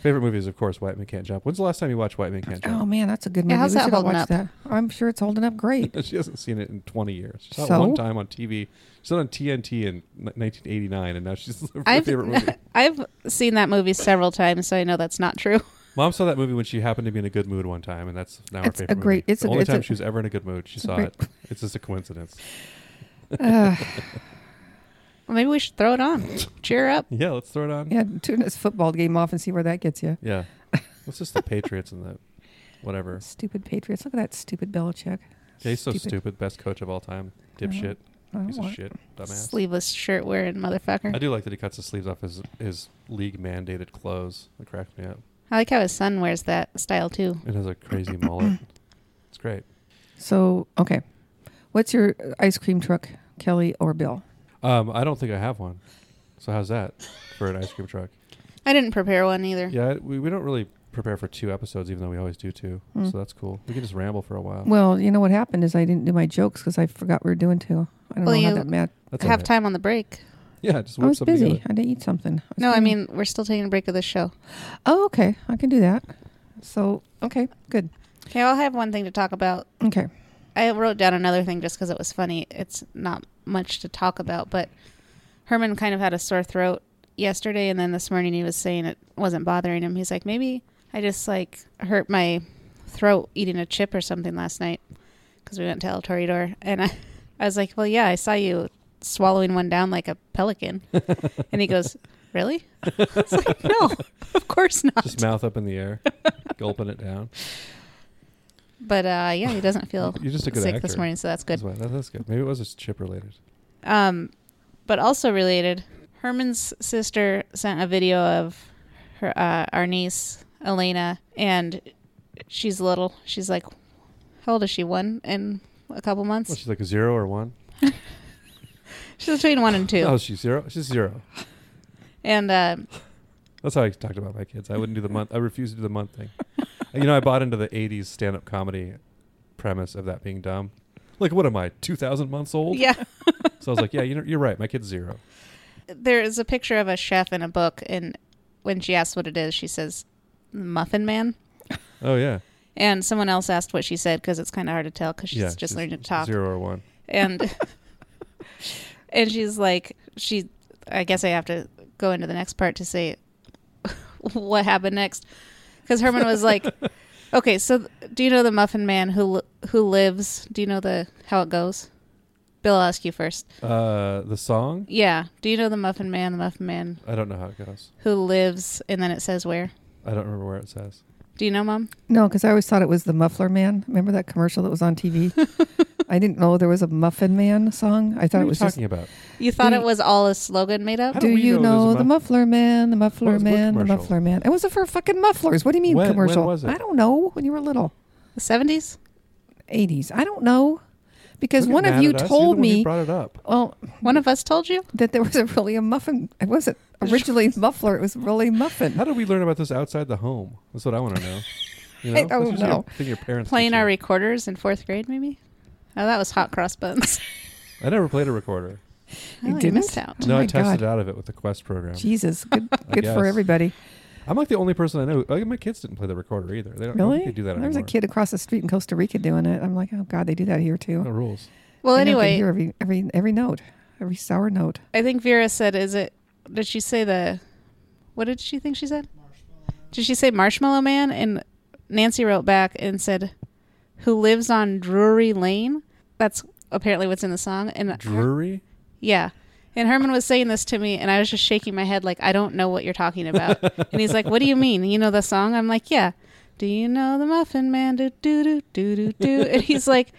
S4: Favorite movie is of course White Man Can't Jump. When's the last time you watched White Man Can't
S2: Oh
S4: Jump?
S2: man, that's a good movie.
S3: Yeah, how's
S2: we
S3: that
S2: should all
S3: holding
S2: watch
S3: up?
S2: that. I'm sure it's holding up great.
S4: she hasn't seen it in 20 years. She saw it one
S2: So?
S4: time on TV. She saw it on TNT in n- 1989, and now she's her
S3: I've
S4: favorite movie.
S3: I've seen that movie several times, so I know that's not true.
S4: Mom saw that movie when she happened to be in a good mood one time, and that's now her
S2: It's a
S4: favorite. movie.
S2: great- it's
S4: the
S2: a-
S4: only
S2: it's
S4: time
S2: a-
S4: she was ever in a good mood. She
S2: it's a
S4: saw
S2: great-
S4: it. It's just a coincidence.
S2: Ugh.
S3: Well, maybe we should throw it on. Cheer up.
S4: Yeah, let's throw it on.
S2: yeah, tune this football game off and see where that gets you.
S4: Yeah. It's just the Patriots and the whatever.
S2: Stupid Patriots. Look at that stupid Belichick.
S4: Yeah, he's so stupid. Best coach of all time. Dipshit.
S2: I don't
S4: Piece of
S2: want-
S4: shit. Dumbass.
S3: Sleeveless shirt wearing motherfucker.
S4: I do like that he cuts the sleeves off his his league mandated clothes. That cracked me up.
S3: I like how his son wears that style too.
S4: It has a crazy mullet. It's great.
S2: So okay, what's your ice cream truck, Kelly or Bill?
S4: Um, I don't think I have one. So how's that for an ice cream truck?
S3: I didn't prepare one either.
S4: Yeah, we, we don't really prepare for two episodes, even though we always do two.
S2: Mm.
S4: So that's cool. We can just ramble for a while.
S2: Well, you know what happened is I didn't do my jokes because I forgot we were doing two. I don't
S3: Well,
S2: know how
S3: you-
S2: that mat.
S4: That's all
S3: Have
S4: right.
S3: time on the break.
S4: Yeah, just
S2: I
S4: whip
S2: was
S4: something
S2: busy.
S4: together.
S2: I didn't eat something. was
S3: No, I
S2: eating-
S3: mean we're still taking a break of this show.
S2: Oh, okay. I can do that. So, okay, good.
S3: Okay, I'll have one thing to talk about.
S2: Okay.
S3: I wrote down another thing just because it was funny. It's not much to talk about, but Herman kind of had a sore throat yesterday, and then this morning he was saying it wasn't bothering him. He's like, maybe I just like hurt my throat eating a chip or something last night because we went to El Torridor, and I, I was like, well, yeah, I saw you swallowing one down like a pelican, and he goes, really? It's like, no, of course not.
S4: Just mouth up in the air, gulping it down.
S3: But uh, yeah, he doesn't feel
S4: You're just a good
S3: sick
S4: actor.
S3: this morning, so that's good.
S4: That's, why- that- that's good. Maybe it was just chip related.
S3: Um, but also related, Herman's sister sent a video of her uh, our niece Elena, and she's little. She's like, how old is she? One in a couple
S4: Well,
S3: months.
S4: she's like a zero or one.
S3: She's between one and two.
S4: Oh, she's zero. She's zero.
S3: And uh,
S4: That's how I talked about my kids. I wouldn't do the month. I refuse to do the month thing. you know, I bought into the '80s stand-up comedy premise of that being dumb. Like, what am I, 2,000 months old?
S3: yeah,
S4: So I was like, yeah, you know, you're right. My kid's zero.
S3: there is a picture of a chef in a book, and when she asks what it is, she says, "Muffin Man."
S4: Oh yeah,
S3: And someone else asked what she said because it's kind of hard to tell because she's
S4: yeah.
S3: just learning to talk.
S4: Zero or one.
S3: and and she's like she i guess i have to go into the next part to say what happened next because herman was like okay so th- do you know the muffin man who li- who lives do you know the how it goes bill i'll ask you first
S4: Uh, the song.
S3: yeah do you know the muffin man the muffin man
S4: I don't know how it goes.
S3: who lives and then it says where
S4: I don't remember where it says.
S3: do you know mom
S2: No, because I always thought it was the Muffler Man. Remember that commercial that was on TV? I didn't know there was a Muffin Man song. I
S4: What
S2: thought
S4: are
S2: it
S4: you
S2: was just.
S4: talking about?
S3: you thought
S2: Do
S3: it
S2: you-
S3: was all a slogan made up
S4: How do
S2: Do
S4: we
S2: you
S4: know there's a
S2: know, the
S4: muff-
S2: Muffler Man, the Muffler
S4: was what
S2: Man, the
S4: commercial?
S2: Muffler Man? It was for fucking mufflers. What do you mean
S4: When- when
S2: commercial?
S4: was it?
S2: I don't know. When you were little,
S3: the 70s
S2: eighties. I don't know, because
S4: Don't get
S2: one
S4: mad
S2: of you
S4: at us. You're the
S2: told
S4: one who
S2: me.
S4: brought it up.
S2: Well,
S3: one of us told you
S2: that there was a really a muffin. It wasn't originally muffler. It was really muffin.
S4: How did we learn about this outside the home? That's what I want to know. You know?
S2: I don't
S4: That's usually a
S2: know.
S4: Thing your parents
S3: playing
S4: teach
S3: our
S4: you.
S3: recorders in fourth grade maybe oh that was hot cross buns
S4: I never played a recorder.
S2: You
S3: Oh,
S2: didn't?
S3: missed out.
S2: Oh
S4: no, I
S2: my
S4: tested
S2: God.
S4: out of it with the Quest program.
S2: Jesus, good, good
S4: guess.
S2: for everybody.
S4: I'm like the only person I know. Like my kids didn't play the recorder either. They don't, I don't
S2: Really?
S4: think they do that
S2: there was
S4: anymore.
S2: a kid across the street in Costa Rica doing it. I'm like, oh god, they do that here too.
S4: No rules.
S3: Well,
S2: You know, you can
S3: anyway,
S2: hear every every every note, every sour note.
S3: I think Vera said, "Is it? Did she say the? What did she think she said? Did she say Marshmallow Man?" And Nancy wrote back and said, "Who lives on Drury Lane?" That's apparently what's in the song.
S2: Uh,
S3: And
S4: Drury?
S3: yeah. And Herman was saying this to me, and I was just shaking my head, like, I don't know what you're talking about. and he's like, What do you mean? You know the song? I'm like, Yeah. Do you know the Muffin Man? Do, do, do, do, do, do. And he's like,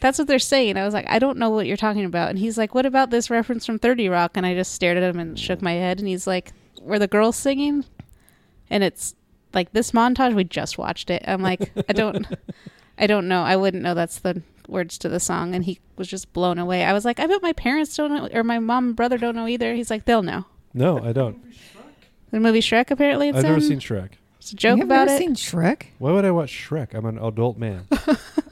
S3: That's what they're saying. I was like, I don't know what you're talking about. And he's like, What about this reference from 30 Rock? And I just stared at him and shook my head. And he's like, Were the girls singing? And it's like, This montage, we just watched it. I'm like, I don't. I don't know. I wouldn't know that's the words to the song. And he was just blown away. I was like, I bet my parents don't know, or my mom and brother don't know either. He's like, they'll know.
S4: No, I don't.
S3: The movie Shrek, apparently, it's,
S4: I've
S2: um,
S4: never
S3: in.
S4: seen Shrek.
S3: it's a joke
S2: You've
S3: about
S2: never
S3: it.
S2: seen Shrek?
S4: Why would I watch Shrek? I'm an adult man.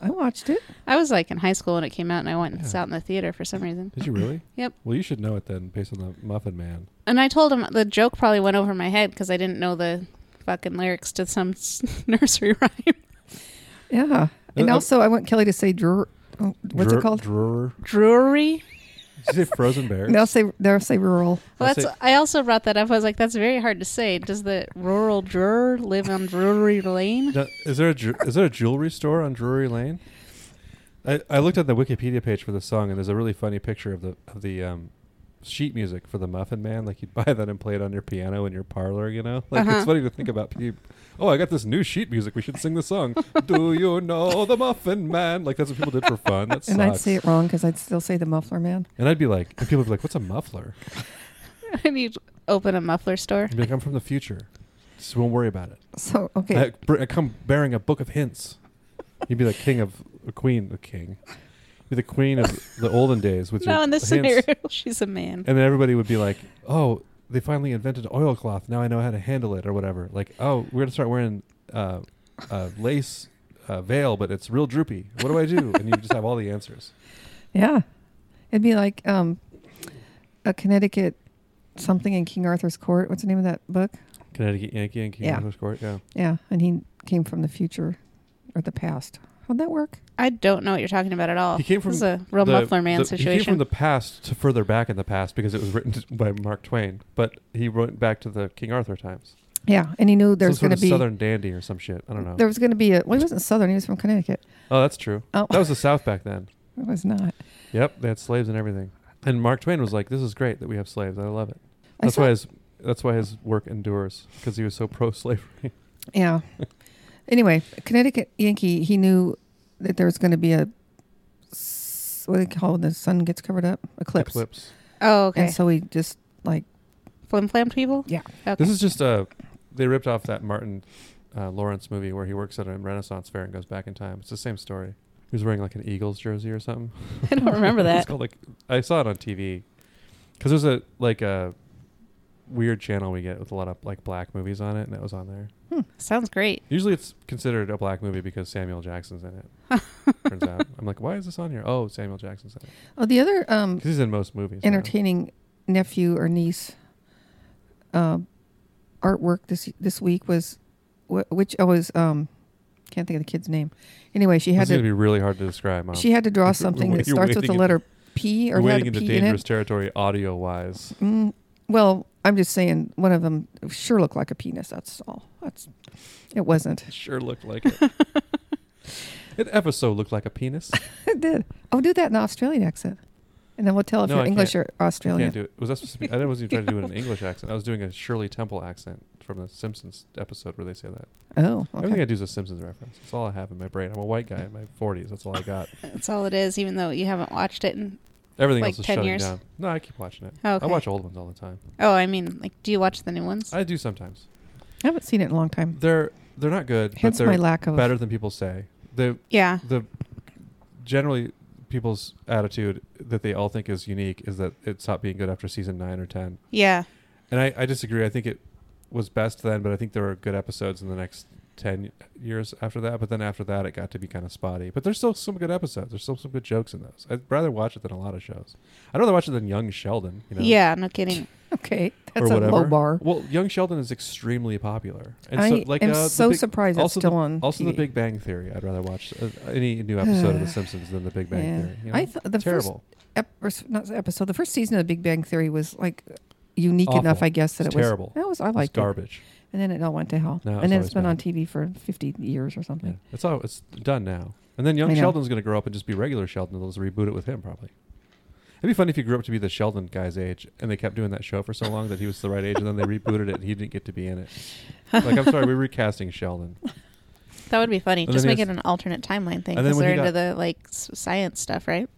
S2: I watched it.
S3: I was like in high school when it came out, and I went and
S4: Yeah.
S3: saw it in the theater for some reason.
S4: Did you really?
S3: Yep.
S4: Well, you should know it then, based on the Muffin Man.
S3: And I told him the joke probably went over my head because I didn't know the fucking lyrics to some s- nursery rhyme.
S2: Yeah. And
S4: Uh, uh,
S2: also, I want Kelly to say Drur. Oh, what's
S4: Dru-
S2: it called?
S4: Drur.
S3: Drury.
S4: Did you say Frozen Bear?
S2: They'll say they'll say rural.
S3: Well,
S4: I'll
S3: that's.
S4: say-
S3: I also brought that up. I was like, "That's very hard to say." Does the rural Drur live on Drury Lane?
S4: No, is there a ju- is there a jewelry store on Drury Lane? I, I looked at the Wikipedia page for the song, and there's a really funny picture of the of the um, sheet music for the Muffin Man. Like you'd buy that and play it on your piano in your parlor, you know. Like
S3: Uh-huh.
S4: it's funny to think about. You, oh, I got this new sheet music. We should sing the song. Do you know the Muffin Man? Like that's what people did for fun. That
S2: And I'd
S4: sucks.
S2: say it wrong because I'd still say the muffler man.
S4: And I'd be like, and people would be like, "What's a muffler?"
S3: and you open a muffler store.
S4: I'd be like, "I'm from the future. Just don't worry about it."
S2: So okay,
S4: I, br- I come bearing a book of hints. You'd be the king of a queen, the king. You'd be the queen of the olden days with
S3: No,
S4: your
S3: in this
S4: hints.
S3: scenario, she's a man.
S4: And then everybody would be like, "Oh, they finally invented oilcloth. Now I know how to handle it, or whatever." Like, "Oh, we're gonna start wearing uh, uh, lace uh, veil, but it's real droopy. What do I do?" And you just have all the answers.
S2: yeah, it'd be like um, a Connecticut something in King Arthur's court. What's the name of that book?
S4: Connecticut Yankee and King
S2: Yeah.
S4: Arthur's Court. Yeah.
S2: Yeah, and he came from the future or the past. How'd that work?
S3: I don't know what you're talking about at all.
S4: He came
S3: this is
S4: from
S3: a real
S4: the-
S3: muffler man
S4: the- He came
S3: situation.
S4: from the past to further back in the past because it was written by Mark Twain, but he wrote back to the King Arthur times.
S2: Yeah, and he knew there's
S4: some
S2: going
S4: sort
S2: to be
S4: of Southern dandy or some shit. I don't know.
S2: there was going to be a. Well, he wasn't Southern. He was from Connecticut.
S4: oh, that's true.
S2: Oh.
S4: That was the South back then.
S2: It was not.
S4: Yep, they had slaves and everything. And Mark Twain was like, "This is great that we have slaves. I love it."
S2: I
S4: That's
S2: saw-
S4: why his that's why his work endures because he was so pro-slavery.
S2: Yeah. anyway, Connecticut Yankee, he knew that there was going to be a s- what do they call when the sun gets covered up eclipse.
S4: Eclipse.
S3: oh, okay.
S2: And so he just like
S3: Flim flammed people.
S2: Yeah.
S3: Okay.
S4: This is just a they ripped off that Martin uh, Lawrence movie where he works at a Renaissance fair and goes back in time. It's the same story. He was wearing like an Eagles jersey or something.
S3: I don't remember
S4: It's
S3: that.
S4: called like I saw it on TV because there's a like a weird channel we get with a lot of like black movies on it, and that was on there.
S3: Sounds great.
S4: Usually it's considered a black movie because Samuel Jackson's in it. Turns out. I'm like, why is this on here? Oh, Samuel Jackson's in it.
S2: oh the other um
S4: Because he's in most movies. now.
S2: entertaining nephew or niece uh, artwork this this week was wh- which I was um can't think of the kid's name. Anyway, she
S4: This
S2: had
S4: is going to
S2: to
S4: be really hard to describe, Mom.
S2: she had to draw something
S4: You're
S2: that starts with
S4: wading
S2: the
S4: in-
S2: letter P or
S4: We're
S2: had
S4: wading
S2: a
S4: into
S2: P in
S4: dangerous
S2: it.
S4: territory audio wise.
S2: Mm, well, I'm just saying one of them sure looked like a penis. That's all. That's it wasn't.
S4: Sure looked like it. It ever so looked like a penis.
S2: it did. Oh, do that in an Australian accent, and then we'll tell if
S4: No,
S2: you're
S4: I
S2: English or Australian.
S4: Can't do it. Was that supposed to be? I wasn't even trying to do it in an English accent. I was doing a Shirley Temple accent from the Simpsons episode where they say that.
S2: Oh,
S4: Everything
S2: okay.
S4: I do is a Simpsons reference. That's all I have in my brain. I'm a white guy in my 40s. That's all I got.
S3: That's all it is, even though you haven't watched it. And
S4: Everything
S3: Like
S4: else is
S3: 10
S4: shutting
S3: years?
S4: down. No, I keep watching it.
S3: oh, okay.
S4: I watch old ones all the time.
S3: Oh, I mean, like, do you watch the new ones?
S4: I do sometimes.
S2: I haven't seen it in a long time.
S4: They're they're not good,
S2: Hence
S4: but they're
S2: my lack of
S4: better than people say. The
S3: yeah.
S4: the generally people's attitude that they all think is unique is that it stopped being good after season nine or ten.
S3: Yeah.
S4: And I, I disagree. I think it was best then, but I think there were good episodes in the next ten years after that. But then after that, it got to be kind of spotty. But there's still some good episodes. There's still some good jokes in those. I'd rather watch it than a lot of shows. I'd rather watch it than Young Sheldon. You know?
S3: Yeah. No kidding.
S2: Okay, that's a low bar.
S4: Well, Young Sheldon is extremely popular. And
S2: I
S4: so, like,
S2: am
S4: uh, the
S2: so
S4: big-
S2: surprised it's
S4: also
S2: still
S4: the,
S2: on.
S4: Also, The
S2: TV.
S4: Big Bang Theory. I'd rather watch uh, any new episode of The Simpsons than The Big Bang
S2: Yeah.
S4: Theory. You know?
S2: I thought the first
S4: terrible.
S2: ep- or s- not episode, the first season of Big Bang Theory was like unique
S4: Awful.
S2: enough, I guess, that
S4: It's
S2: it was
S4: terrible.
S2: That was I
S4: It's
S2: liked it.
S4: garbage.
S2: and then it all went to hell.
S4: No, it's
S2: and then
S4: always
S2: it's been
S4: bad.
S2: on TV for 50 years or something.
S4: Yeah. It's all it's done now. And then
S2: I
S4: young
S2: know.
S4: Sheldon's going to grow up and just be regular Sheldon. They'll just reboot it with him probably. It'd be funny if you grew up to be the Sheldon guy's age, and they kept doing that show for so long that he was the right age, and then they rebooted it, and he didn't get to be in it. Like, I'm sorry, we're recasting Sheldon.
S3: That would be funny.
S4: And
S3: Just
S4: then
S3: make
S4: he
S3: it an alternate timeline thing
S4: And then
S3: because
S4: when
S3: they're
S4: he
S3: into the like s- science stuff, right?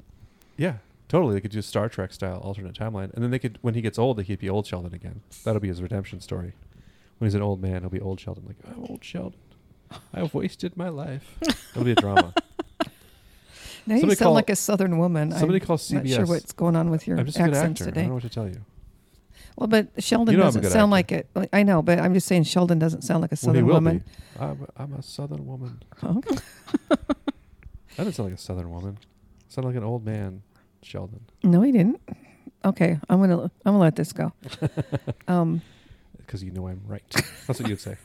S4: Yeah, totally. They could do a Star Trek style alternate timeline, and then they could, when he gets old, they could be old Sheldon again. That'll be his redemption story. When he's an old man, he'll be old Sheldon. Like I'm old Sheldon. I've wasted my life. It'll be a drama.
S2: Now you
S4: Somebody
S2: sound
S4: call-
S2: like a Southern woman.
S4: somebody
S2: I'm
S4: call
S2: Not sure
S4: CBS.
S2: what's going on with your
S4: I'm just a good
S2: accents
S4: actor. I
S2: today.
S4: don't know what to tell you.
S2: Well, but Sheldon
S4: You know I'm a
S2: doesn't
S4: good
S2: sound like
S4: actor.
S2: it. I know, but I'm just saying Sheldon doesn't sound like a
S4: well, he
S2: Southern
S4: will
S2: woman.
S4: be. I'm, I'm a Southern woman.
S2: Okay.
S4: That doesn't sound like a Southern woman. Sound like an old man, Sheldon.
S2: No, he didn't. Okay, I'm gonna I'm gonna let this go. um,
S4: Because you know I'm right. That's what you'd say.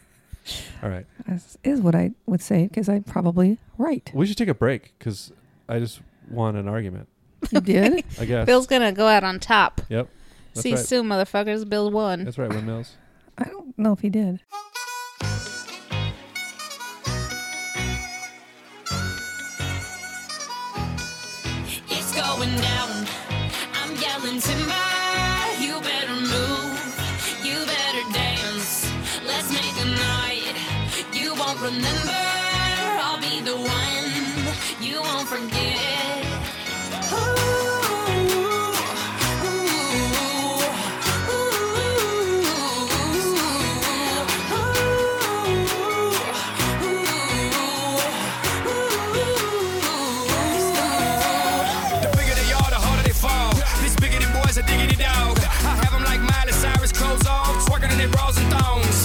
S4: All right.
S2: this is what I would say because I'm probably right.
S4: We should take a break because I just won an argument.
S2: You did.
S4: I guess.
S3: Bill's gonna go out on top.
S4: Yep. That's
S3: See you
S4: right.
S3: soon, motherfuckers. Bill won.
S4: That's right, windmills.
S2: I don't know if he did.
S5: It's going down. I'm yelling timber. You better move. You better dance. Let's make a night. You won't remember. I'll be the one. You won't forget. Ooh, ooh, ooh, ooh, ooh, ooh.
S6: The bigger they are, the harder they fall. This biggity boy's a diggity dog. I have 'em like Miley Cyrus, clothes off, twerking in their bras and thongs.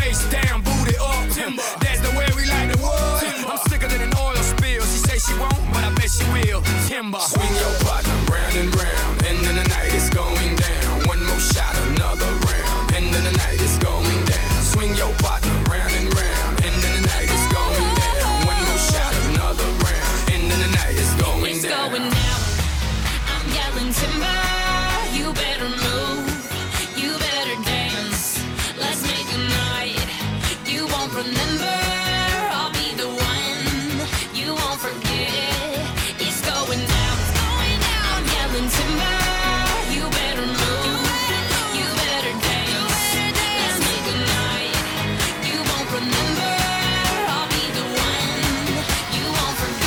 S6: Face down, booty up. That's the way we like the wood. I'm sicker than an oil spill. She say she won't, but I bet she will. Timber. Swing your partner round and round. And then the night is going down. One more shot, another round. And then the night is going down. Swing your partner round and round. And then the night is going down. One more shot, another round. And then the night is going
S5: It's
S6: down.
S5: going down. I'm yelling timber. You better move. You better dance. Let's make a night. You won't remember. I'll be the one. You won't forget. It's going down. I'm yelling timber. You better move. You better dance. Let's make a night. You won't remember. I'll be the one. You won't forget.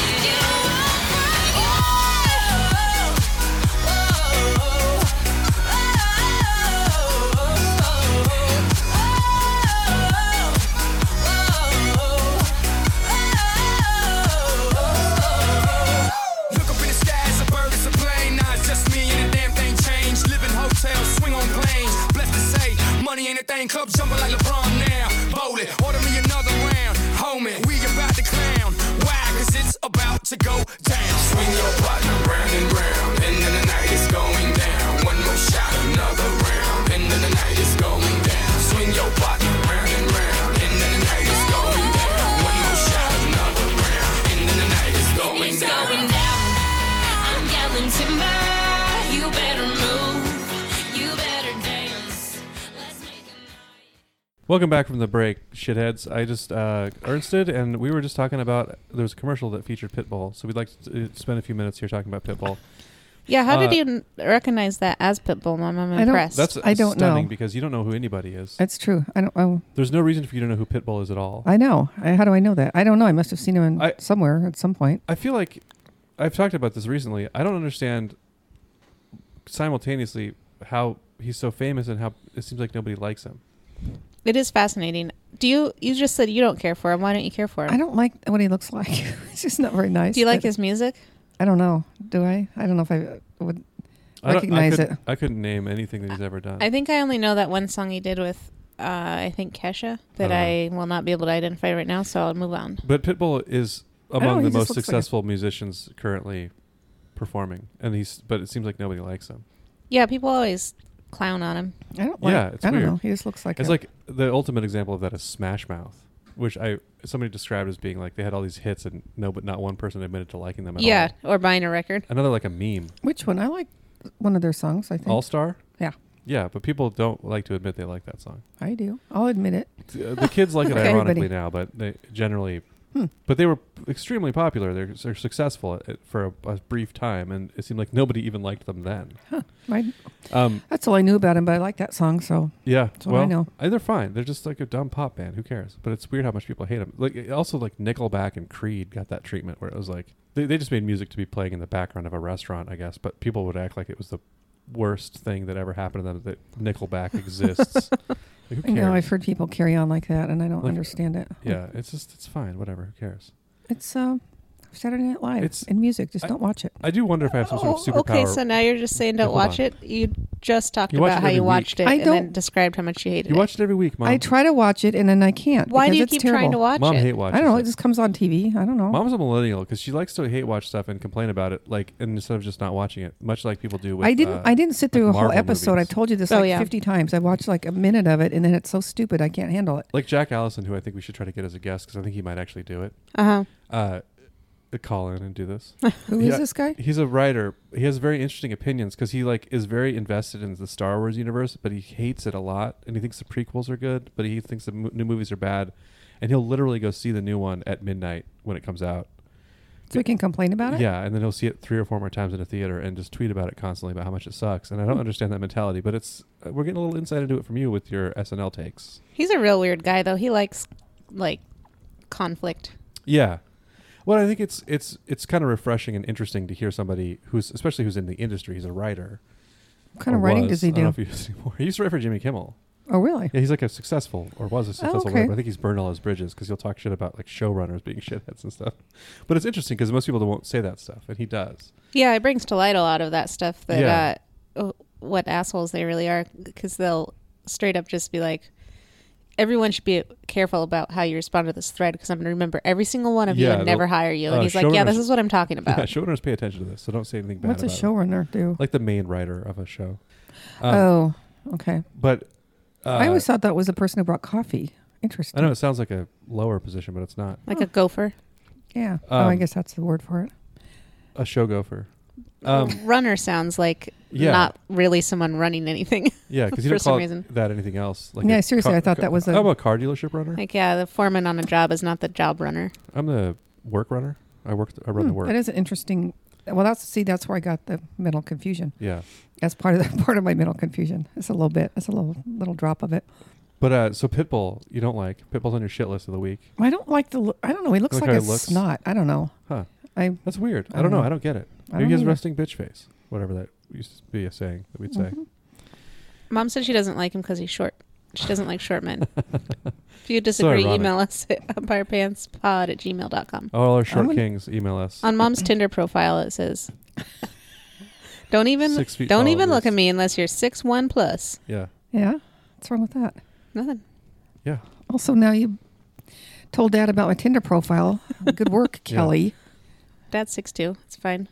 S6: Look up in the sky, it's a bird, it's a plane. Nah, it's just me and the damn thing changed. Live in hotels, swing on planes. Blessed to say, money ain't a thing. Club jumping like LeBron now. Bowl it, order me another round. Homie, we about to clown. Why? Cause it's about to go down. Swing your partner round and round. And then the night is going down. One more shot, another round. And then the night is going down. Swing your partner round and round. And then the night is going down. One more shot, another round. And then the night is going
S5: It's
S6: down.
S5: going down. I'm yelling timber. You better move. You better dance. Let's make a night.
S4: Welcome back from the break, shitheads. I just uh, ernsted, and we were just talking about there was a commercial that featured Pitbull, so we'd like to uh, spend a few minutes here talking about Pitbull.
S3: Yeah, how
S4: Uh,
S3: did you n- recognize that as Pitbull, Mom? I'm
S2: I don't-
S3: impressed.
S4: That's
S2: I don't
S4: stunning
S2: know.
S4: because you don't know who anybody is.
S2: That's true. I don't. I,
S4: There's no reason for you to know who Pitbull is at all.
S2: I know. I, how do I know that? I don't know. I must have seen him in
S4: I-
S2: somewhere at some point.
S4: I feel like I've talked about this recently. I don't understand simultaneously how he's so famous and how it seems like nobody likes him.
S3: it is fascinating. Do you? You just said you don't care for him. Why don't you care for him?
S2: I don't like what he looks like. it's just not very nice.
S3: Do you like
S2: but-
S3: his music?
S2: I don't know. Do I? I don't know if I would.
S4: I don't-
S2: Recognize
S4: I couldn't-
S2: it.
S4: I couldn't name anything that he's ever done.
S3: I think I only know that one song he did with, uh, I think Kesha, that
S4: Oh.
S3: I will not be able to identify right now. So I'll move on.
S4: but Pitbull is
S2: don't know,
S4: among the
S2: he just looks
S4: most
S2: like a-
S4: successful musicians currently performing, and he's. But it seems like nobody likes him.
S3: Yeah, people always clown on him.
S2: I don't like.
S4: Yeah, it's
S2: I don't
S4: weird.
S2: know. He just looks like.
S4: It's
S2: a-
S4: like the ultimate example of that is Smash Mouth, which I somebody described as being like they had all these hits and no, but not one person admitted to liking them at
S3: Yeah,
S4: all.
S3: or buying a record.
S4: Another like a meme.
S2: which one? I like one of their songs. I think.
S4: All Star.
S2: yeah.
S4: Yeah, but people don't like to admit they like that song.
S2: I do. I'll admit it.
S4: Uh, the kids like it
S2: Okay.
S4: ironically
S2: Everybody.
S4: now, but they generally.
S2: Hmm.
S4: But they were extremely popular. They're, they're successful at, at- for a, a brief time, and it seemed like nobody even liked them then.
S2: I,
S4: Um,
S2: that's all I knew about him, but I like that song. So
S4: yeah,
S2: That's what I
S4: well,
S2: know.
S4: uh, they're fine. They're just like a dumb pop band. Who cares? But it's weird how much people hate them. Like it- also, like Nickelback and Creed got that treatment where it was like they, they just made music to be playing in the background of a restaurant, I guess. But people would act like it was the worst thing that ever happened to them that Nickelback exists. Like, who
S2: I
S4: cares?
S2: know I've heard people carry on like that, and I don't
S4: Like-
S2: understand it.
S4: yeah, it's just it's fine. Whatever. Who cares?
S2: It's uh, Saturday Night Live
S4: It's-
S2: and music. Just
S4: I-
S2: don't watch it.
S4: I do wonder if I have some sort of
S3: Oh,
S4: superpower.
S3: okay, so now you're just saying
S4: Yeah,
S3: don't
S4: hold
S3: watch
S4: on.
S3: it. You just talked
S4: You watch
S3: about
S4: it
S3: how
S4: every
S3: you
S4: week.
S3: watched it
S2: I
S3: and
S2: don't-
S3: then described how much you hated
S4: you
S3: it.
S4: watch it every week, mom.
S2: I try to watch it, and then I can't.
S3: Why do
S2: because
S3: you
S2: it's
S3: keep
S2: terrible.
S3: trying to watch
S4: mom
S3: it?
S4: hate watches.
S2: I don't know. It
S4: it.
S2: just comes on TV. I don't know.
S4: Mom's a millennial because she likes to hate watch stuff and complain about it, like and instead of just not watching it, much like people do. With,
S2: I didn't.
S4: uh,
S2: I didn't sit
S4: like
S2: through a whole
S4: Marvel
S2: episode.
S4: movies.
S2: I've told you this
S3: Oh,
S2: like
S3: yeah.
S2: fifty times. I watched like a minute of it, and then it's so stupid. I can't handle it.
S4: like Jack Allison, who I think we should try to get as a guest because I think he might actually do it.
S3: Uh huh.
S4: Uh, uh, call in and do this.
S2: Who is
S4: Yeah.
S2: this guy?
S4: He's a writer. He has very interesting opinions because he like is very invested in the Star Wars universe, but he hates it a lot, and he thinks the prequels are good, but he thinks the mo- new movies are bad, and he'll literally go see the new one at midnight when it comes out.
S2: So we can complain about it.
S4: Yeah, and then he'll see it three or four more times in a theater and just tweet about it constantly about how much it sucks. And I
S2: Hmm.
S4: don't understand that mentality, but it's uh, we're getting a little insight into it from you with your SNL takes.
S3: He's a real weird guy though. He likes like conflict.
S4: Yeah. Well, I think it's it's it's kind of refreshing and interesting to hear somebody who's especially who's in the industry. He's a writer.
S2: What kind of
S4: or
S2: writing
S4: was.
S2: does he
S4: I don't know
S2: do?
S4: if he does anymore. He used to write for Jimmy Kimmel.
S2: Oh, really?
S4: Yeah, he's like a successful or was a successful
S2: Oh, okay.
S4: writer. but I think he's burned all his bridges because he'll talk shit about like showrunners being shitheads and stuff. But it's interesting because most people won't say that stuff, and he does.
S3: Yeah, it brings to light a lot of that stuff that
S4: Yeah.
S3: uh, oh, what assholes they really are because they'll straight up just be like, everyone should be careful about how you respond to this thread because I'm going to remember every single one of you
S4: Yeah,
S3: and never
S4: they'll-
S3: hire you. And
S4: uh,
S3: he's like, yeah,
S4: showrunners-
S3: this is what I'm talking
S4: Yeah,
S3: about.
S4: showrunners pay attention to this, so don't say anything bad.
S2: What's a
S4: about it.
S2: showrunner do?
S4: like the main writer of a show. Um,
S2: oh, okay.
S4: but uh,
S2: I always thought that was the person who brought coffee. Interesting.
S4: I know it sounds like a lower position, but it's not
S3: Like a gopher.
S2: Yeah. oh, I
S4: Um,
S2: guess that's the word for it.
S4: a show gopher. Um,
S3: Runner sounds like
S4: Yeah.
S3: not really someone running anything.
S4: yeah, because you
S3: For
S4: don't call
S3: some
S4: it
S3: reason.
S4: that anything else. Like
S2: Yeah,
S4: a
S2: seriously, I thought that was a-
S4: I'm a car dealership runner.
S3: like, yeah, the foreman on a job is not the job runner.
S4: I'm the work runner. I work. I run the
S2: Hmm,
S4: work.
S2: That is an interesting. Well, that's see, that's where I got the mental confusion.
S4: yeah.
S2: That's part of the, part of my mental confusion. It's a little bit. It's a little little drop of it.
S4: But uh, so Pitbull, you don't like Pitbull's on your shit list of the week.
S2: I don't like the. Look, I don't know. He looks
S4: Like
S2: like,
S4: how
S2: a
S4: he looks?
S2: snot. I don't know.
S4: Huh.
S2: I
S4: That's weird. I,
S2: I
S4: don't know.
S2: know.
S4: I don't get it.
S2: Uh-huh. I
S4: Maybe
S2: don't
S4: he has
S2: either.
S4: resting bitch face. Whatever that used to be a saying that we'd
S2: Mm-hmm.
S4: say.
S3: Mom said she doesn't like him because he's short. She doesn't like short men. if you disagree,
S4: ironic.
S3: email us at umpirepantspod at gmail.com.
S4: All our short
S2: I'm gonna-
S4: kings email us.
S3: On mom's Tinder profile, it says, "Don't even
S4: Six feet
S3: don't
S4: tall,
S3: even
S4: it
S3: look
S4: is.
S3: at me unless you're six one plus."
S4: yeah.
S2: yeah. What's wrong with that?
S3: Nothing.
S4: Yeah.
S2: Also, now you told Dad about my Tinder profile. Good work,
S4: Yeah.
S2: Kelly.
S3: Dad's six two. It's fine.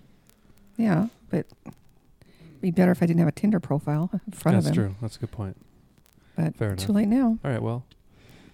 S2: Yeah, but it'd be better if I didn't have a Tinder profile in front
S4: That's
S2: of him.
S4: true. That's a good point.
S2: But
S4: Fair enough.
S2: too late now.
S4: All right, well.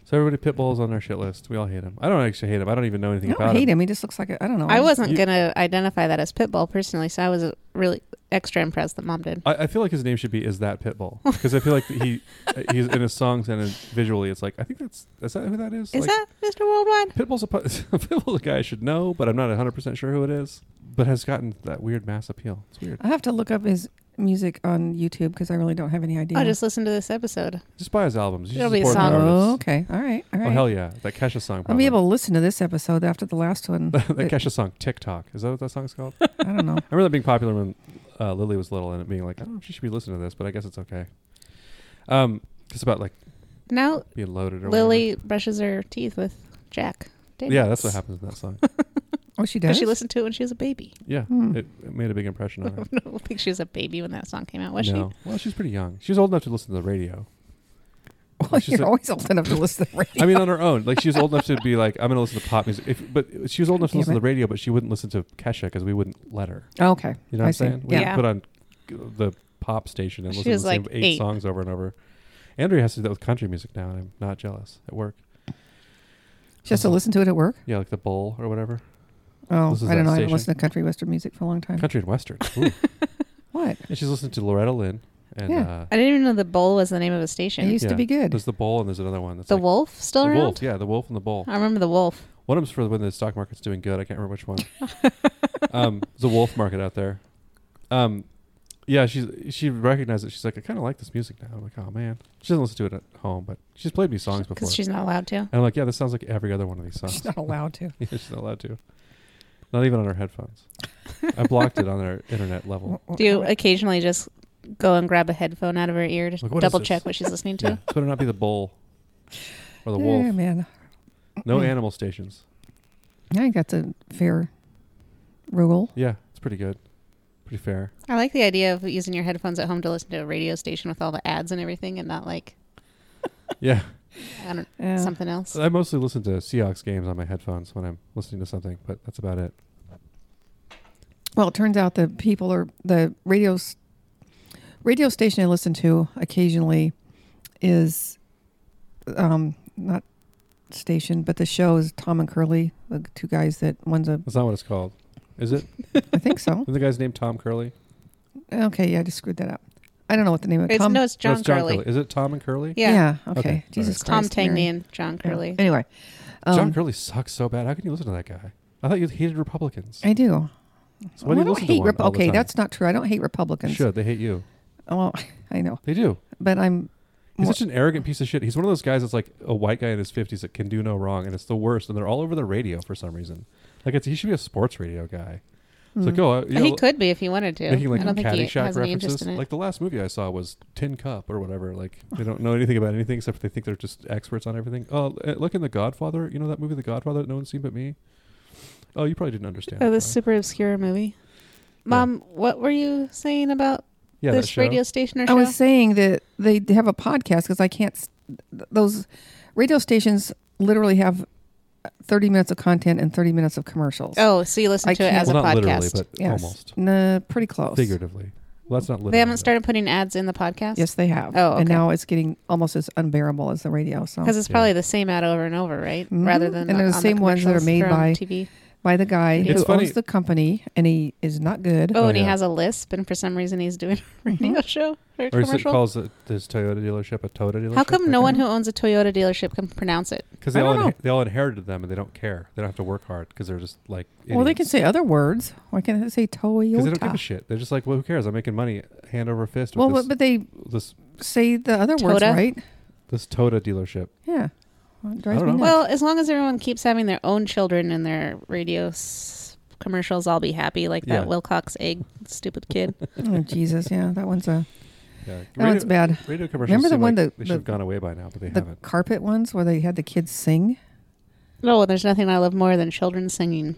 S4: So everybody Pitbull's on our shit list. We all hate him. I don't actually hate him. I don't even know
S2: I
S4: anything
S2: don't
S4: about
S2: hate
S4: him.
S2: him. He just looks like a, I don't know.
S3: I wasn't
S4: You-
S3: gonna identify that as Pitbull personally, so I was uh, really extra impressed that mom did.
S4: I, I feel like his name should be is that Pitbull because I feel like he uh, he's in his songs and in visually it's like I think that's is that who that is?
S3: Is
S4: Like,
S3: that Mr. Worldwide?
S4: Pitbull's a pu- Pitbull's a guy I should know, but I'm not 100 percent sure who it is. But has gotten that weird mass appeal. It's weird.
S2: I have to look up his music on YouTube because I really don't have any idea.
S3: I'll just listen to this episode.
S4: Just buy his albums. You
S3: It'll
S4: should
S3: be a
S4: support the
S3: song.
S2: oh,
S4: artists.
S2: okay. All right. All right.
S4: Oh hell yeah, that Kesha song.
S2: I'll
S4: Probably.
S2: be able to listen to this episode after the last one.
S4: that
S2: It-
S4: Kesha song TikTok. Is that what that song's called?
S2: I don't know.
S4: I remember that being popular when uh, Lily was little and it being like, I don't know if she should be listening to this, but I guess it's okay. Um, it's about like
S3: Now
S4: being loaded or
S3: Lily brushes her teeth with Jack.
S4: Whatever. Yeah, that's what happens in that song.
S2: Oh, she does.
S3: Because she listened to it when she was a baby.
S4: Yeah,
S2: Hmm.
S4: it, it made a big impression on her.
S3: I don't think she was a baby when that song came out, was
S4: no. Well, she's pretty young. She was old enough to listen to the radio.
S2: Well,
S4: She's
S2: you're
S4: a-
S2: always old enough to listen to the radio.
S4: I mean, on her own. Like she was old enough to be like, I'm gonna listen to pop music. If, but she was old enough to
S2: Damn
S4: listen to
S2: it.
S4: the radio, but she wouldn't listen to Kesha because we wouldn't let her.
S2: Oh, okay.
S4: You know what
S2: I
S4: I'm
S2: see.
S4: saying? We
S2: Yeah.
S3: Yeah.
S4: put on the pop station and
S3: She
S4: listen to
S3: was
S4: the same
S3: like
S4: eight,
S3: eight.
S4: songs over and over. Andrea has to do that with country music now, and I'm not jealous at work.
S2: She has to listen to it at work.
S4: Yeah, like the bowl or whatever.
S2: Oh,
S4: This is
S2: I don't
S4: that
S2: know. I haven't
S4: station.
S2: listened to country western music for a long time.
S4: Country and western. Ooh.
S2: What?
S4: and she's listening to Loretta Lynn. And
S2: Yeah.
S4: uh,
S3: I didn't even know the bowl was the name of a
S2: It
S3: station.
S2: used to be good.
S4: There's the bowl and there's another one. That's
S3: The
S4: like-
S3: wolf still
S4: the
S3: around?
S4: wolf. Yeah, the wolf and the bowl.
S3: I remember the wolf.
S4: One of them's for when the stock market's doing good. I can't remember which one. um, there's a wolf market out there. Um, yeah, she's she recognized it. She's like, I kind of like this music now. I'm like, oh man. She doesn't listen to it at home, but she's played me songs before.
S3: Because she's not allowed to.
S4: and I'm like, yeah, this sounds like every other one of these songs.
S2: She's not allowed to.
S4: yeah, she's not allowed to. Not even on her headphones. I blocked it on our internet level.
S3: Do you occasionally just go and grab a headphone out of her ear to
S4: Like, what is
S3: double
S4: this?
S3: check what she's listening to?
S4: Yeah. So it'd not be the bull or the
S2: Yeah,
S4: wolf.
S2: man.
S4: No animal stations.
S2: I think that's a fair rule.
S4: Yeah, it's pretty good. Pretty fair.
S3: I like the idea of using your headphones at home to listen to a radio station with all the ads and everything and not like
S4: Yeah. Uh,
S3: I don't
S2: Yeah.
S3: something else.
S4: I mostly listen to Seahawks games on my headphones when I'm listening to something, but that's about it.
S2: Well, it turns out the people are the radio s- radio station I listen to occasionally is um, not station, but the show is Tom and Curly, the two guys that one's a
S4: That's not what it's called. Is it?
S2: I think so.
S4: Isn't the guy's name Tom Curley?
S2: Okay, yeah, I just screwed that up. I don't know what the name of
S3: It's,
S2: Tom.
S3: no, it's
S4: No,
S3: John,
S4: it's John
S3: Curley.
S4: Is it Tom and Curley?
S3: Yeah.
S2: okay.
S4: Okay,
S2: Jesus
S3: It's Tom
S2: Christ,
S3: Tangney
S2: Mary.
S3: and John
S2: Yeah.
S3: Curley.
S2: Anyway, um,
S4: John Curley sucks so bad. How can you listen to that guy? I thought you hated Republicans.
S2: I do.
S4: So why do
S2: I
S4: you
S2: don't
S4: listen to
S2: hate
S4: one
S2: Rep-
S4: all the
S2: okay,
S4: time?
S2: that's not true. I don't hate Republicans.
S4: Should they hate you?
S2: Well, I know,
S4: They do.
S2: but I'm
S4: He's
S2: Wha-
S4: such an arrogant piece of shit. He's one of those guys that's like a white guy in his fifties that can do no wrong, and it's the worst. And they're all over the radio for some reason. Like it's he should be a sports radio guy. It's
S2: Mm.
S4: like oh, uh, you know,
S3: he could be if he wanted to.
S4: making like
S3: I don't think he
S4: Caddyshack
S3: has any interest
S4: references.
S3: in it.
S4: Like the last movie I saw was Tin Cup or whatever. Like they don't know anything about anything except they think they're just experts on everything. Oh, uh, look in The Godfather. You know that movie, The Godfather, that no one's seen but me. Oh, you probably didn't understand.
S3: oh,
S4: it,
S3: this
S4: probably.
S3: super obscure movie. Mom, what were you saying about
S4: yeah, that
S3: this
S4: show.
S3: radio station or
S2: I
S3: show?
S2: was saying that they d- have a podcast because I can't. s- th- Those radio stations literally have uh, thirty minutes of content and thirty minutes of commercials.
S3: oh, so you listen
S2: I
S3: to it
S2: can't-
S3: as
S4: well,
S3: a
S4: not
S3: podcast.
S4: literally, but
S2: yes,
S4: almost
S2: Nah, pretty close.
S4: figuratively. Well, that's not literally.
S3: they haven't
S4: but-
S3: started putting ads in the podcast.
S2: Yes, they have.
S3: Oh,
S2: and
S3: okay.
S2: now it's getting almost as unbearable as the radio. So
S3: because it's
S4: Yeah.
S3: probably the same ad over Mm-hmm. and over, right? Rather
S2: Mhm.
S3: than
S2: And they're the
S3: on
S2: same ones that are
S3: commercials
S2: made
S3: or on
S2: by-
S3: TV.
S2: by the guy
S4: It's
S2: who
S4: funny-
S2: owns the company, and he is not good.
S3: Oh, and he
S4: yeah.
S3: has a lisp, and for some reason he's doing a radio show
S4: Or
S3: or,
S4: is it
S3: commercial.
S4: calls it, this Toyota dealership a Toyota dealership?
S3: How come no one who owns a Toyota dealership can pronounce it?
S4: Because they
S2: I
S4: all
S2: don't know.
S4: inhe- they all inherited them and they don't care. They don't have to work hard because they're just like
S2: Well, they
S4: idiots.
S2: can say other words. Why can't they say
S4: Because they don't give a
S2: Toyota?
S4: shit. They're just like, well, who cares? I'm making money hand over fist.
S2: Well,
S4: With
S2: but,
S4: this,
S2: but they
S4: this
S2: say the other words,
S3: Toyota?
S2: right?
S4: this Toyota dealership.
S2: Yeah. Well, it drives
S4: I
S2: me
S4: don't know.
S2: nuts.
S3: Well, as long as everyone keeps having their own children in their radio s- commercials, I'll be happy. Like
S4: Yeah.
S3: that Wilcox egg, stupid kid.
S2: oh, Jesus, yeah, that one's a
S4: Yeah.
S2: that one's bad.
S4: Radio commercials.
S2: Oh, Remember the
S4: seem
S2: one
S4: like
S2: that-
S4: they
S2: the-
S4: should have gone away by now, but they
S2: the
S4: haven't.
S2: carpet ones where they had the kids sing.
S3: No, Oh, there's nothing I love more than children singing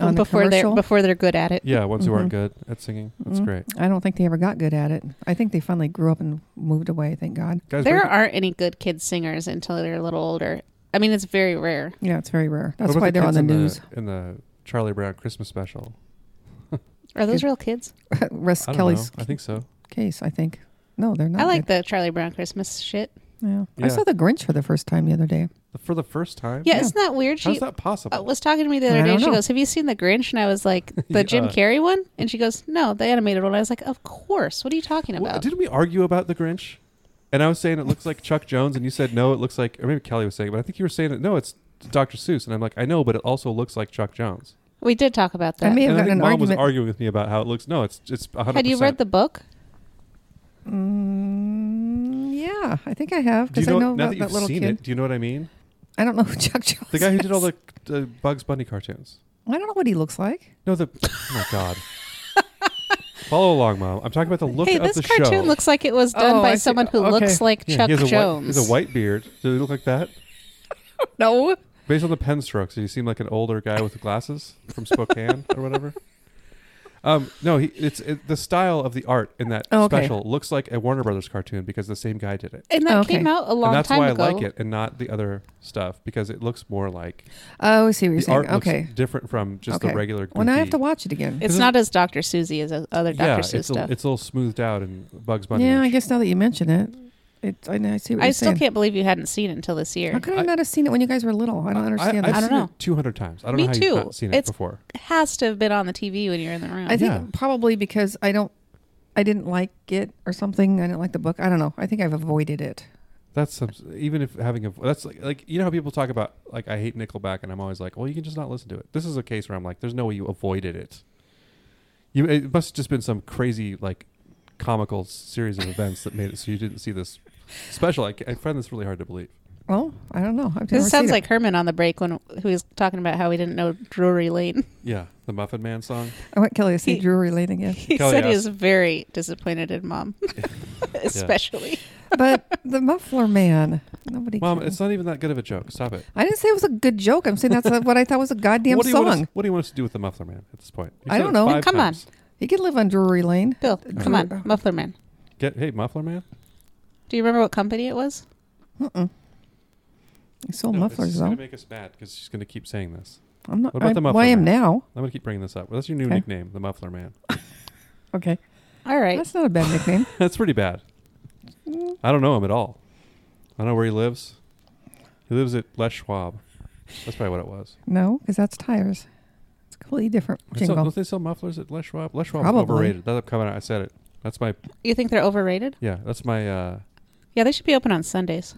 S2: On the
S3: Oh, before they're
S2: commercial?
S3: before they're good at it.
S4: Yeah, ones who aren't
S2: Mm-hmm.
S4: good at singing. That's
S2: Mm.
S4: great.
S2: I don't think they ever got good at it. I think they finally grew up and moved away. Thank God.
S4: Guys,
S3: There
S4: what-
S3: aren't any good kid singers until they're a little older. I mean, it's very rare.
S2: Yeah, it's very rare.
S4: what
S2: That's
S4: about
S2: why they're on
S4: kids
S2: the
S4: in
S2: news.
S4: in the Charlie Brown Christmas special.
S3: Are those
S2: Good.
S3: real kids?
S2: Russ
S4: I don't
S2: Kelly's
S4: know. I think so.
S2: case. I think. No, they're not.
S3: I like the Charlie Brown Christmas shit.
S2: good. Yeah.
S4: Yeah.
S2: I saw the Grinch for the first time the other day.
S4: For the first time.
S3: Yeah, isn't that weird? She
S4: How's that possible?
S3: uh, was talking to me the other
S2: I
S3: day.
S2: don't
S3: and She
S2: know.
S3: goes, "Have you seen the Grinch?" And I was like, "The Jim
S4: Yeah.
S3: Carrey one." And she goes, "No, the animated one." I was like, "Of course. What are you talking
S4: Well,
S3: about?"
S4: didn't we argue about the Grinch? And I was saying it looks like Chuck Jones, and you said no, it looks like, or maybe Kelly was saying, but I think you were saying it. No, it's Dr. Seuss, and I'm like, I know, but it also looks like Chuck Jones.
S3: we did talk about that.
S2: I may have
S4: and I
S2: gotten
S4: think
S2: an
S4: mom was
S2: argument.
S4: arguing with me about how it looks. No, it's it's 100.
S3: Had you read the book?
S2: Mm, yeah, I think I have
S4: Do
S2: because
S4: you know,
S2: I know
S4: now
S2: about
S4: that
S2: that
S4: you've
S2: little
S4: seen
S2: kid.
S4: it? Do you know what I mean?
S2: I don't know who Chuck Jones.
S4: The guy who did all
S2: is.
S4: the uh, Bugs Bunny cartoons.
S2: I don't know what he looks like.
S4: No, the oh my god. Follow along, mom. I'm talking about the look
S3: hey,
S4: of
S3: this
S4: the
S3: cartoon
S4: show.
S3: looks like it was done
S2: Oh, I
S3: by
S2: see.
S3: someone who
S2: Okay.
S3: looks like
S4: Yeah,
S3: Chuck
S4: he has a White,
S3: Jones.
S4: he's a white beard. Does he look like that?
S2: No.
S4: Based on the pen strokes, he seemed like an older guy with glasses from Spokane or whatever. Um, no, he, it's it, the style of the art in that
S2: Oh, okay.
S4: special looks like a Warner Brothers cartoon because the same guy did it,
S3: and that
S2: Okay.
S3: came out a long
S4: and that's
S3: time
S4: why
S3: ago.
S4: I like it and not the other stuff because it looks more like
S2: Oh, I see what you're
S4: the
S2: saying.
S4: art
S2: Okay.
S4: looks different from just
S2: okay.
S4: the regular. Goofy.
S2: Well, now I have to watch it again.
S3: It's not as Dr. Susie as o- other Dr.
S4: Yeah, it's
S3: Seuss
S4: a, it's a
S3: stuff.
S4: little smoothed out and Bugs Bunny.
S2: yeah, I guess now that you mention it, it I, know- I see what
S3: I
S2: you're
S3: still
S2: saying.
S3: can't believe you hadn't seen it until this year.
S2: How could I,
S4: I-
S2: not have seen it when you guys were little? I don't understand
S4: I,
S2: this.
S4: I've
S3: don't
S4: seen it
S3: know.
S4: 200 times. I don't
S3: Me
S4: know how
S3: too.
S4: you've not seen it
S3: It's-
S4: before.
S3: Has to have been on the TV when you're in the room.
S2: I think
S4: Yeah.
S2: probably because I don't I didn't like it or something. I didn't like the book. I don't know. I think I've avoided it.
S4: That's some, even if having a that's like like you know how people talk about like I hate Nickelback and I'm always like well you can just not listen to it. This is a case where I'm like there's no way you avoided it. You it must have just been some crazy like comical series of events that made it so you didn't see this special. I, ca- I find this really hard to believe.
S2: Well, I don't know. I've never
S3: This
S2: seen
S3: sounds
S2: it.
S3: like Herman on the break when who was talking about how he didn't know Drury Lane.
S4: Yeah, the Muffin Man song.
S2: I want Kelly to see
S3: He-
S2: Drury Lane again.
S3: He
S4: Kelly
S3: said he
S4: asked-
S3: was very disappointed in mom, especially.
S2: but the Muffler Man. Nobody.
S4: Mom,
S2: cares.
S4: it's not even that good of a joke. Stop it.
S2: I didn't say it was a good joke. I'm saying that's what I thought was a goddamn
S4: what do you want us-
S2: song.
S4: what do you want us to do with the Muffler Man at this point? You
S2: I
S4: said
S2: don't
S4: it
S2: know.
S4: five
S3: Come on.
S4: times.
S2: He could live on Drury Lane.
S3: Bill, come on,
S2: Drury-
S3: Muffler Man.
S4: Get hey Muffler Man.
S3: Do you remember what company it was?
S2: Mm-mm. He sold
S4: No,
S2: Oh, mufflers
S4: It's
S2: though.
S4: gonna make us mad because she's gonna keep saying this.
S2: I'm not.
S4: What about
S2: I,
S4: the Muffler
S2: well, I am
S4: Man?
S2: now.
S4: I'm gonna keep bringing this up. That's your new
S2: Okay.
S4: nickname, the Muffler Man.
S2: Okay,
S3: All right.
S2: that's not a bad nickname.
S4: That's pretty bad. I don't know him at all. I don't know where he lives. He lives at Les Schwab. That's probably what it was.
S2: no, because that's tires. It's a completely different
S4: They sell-
S2: jingle.
S4: don't they sell mufflers at Les Schwab? Les Schwab's
S2: Probably.
S4: overrated. That's coming out. I said it. That's my
S3: You think they're overrated?
S4: yeah. That's my uh,
S3: Yeah, they should be open on Sundays.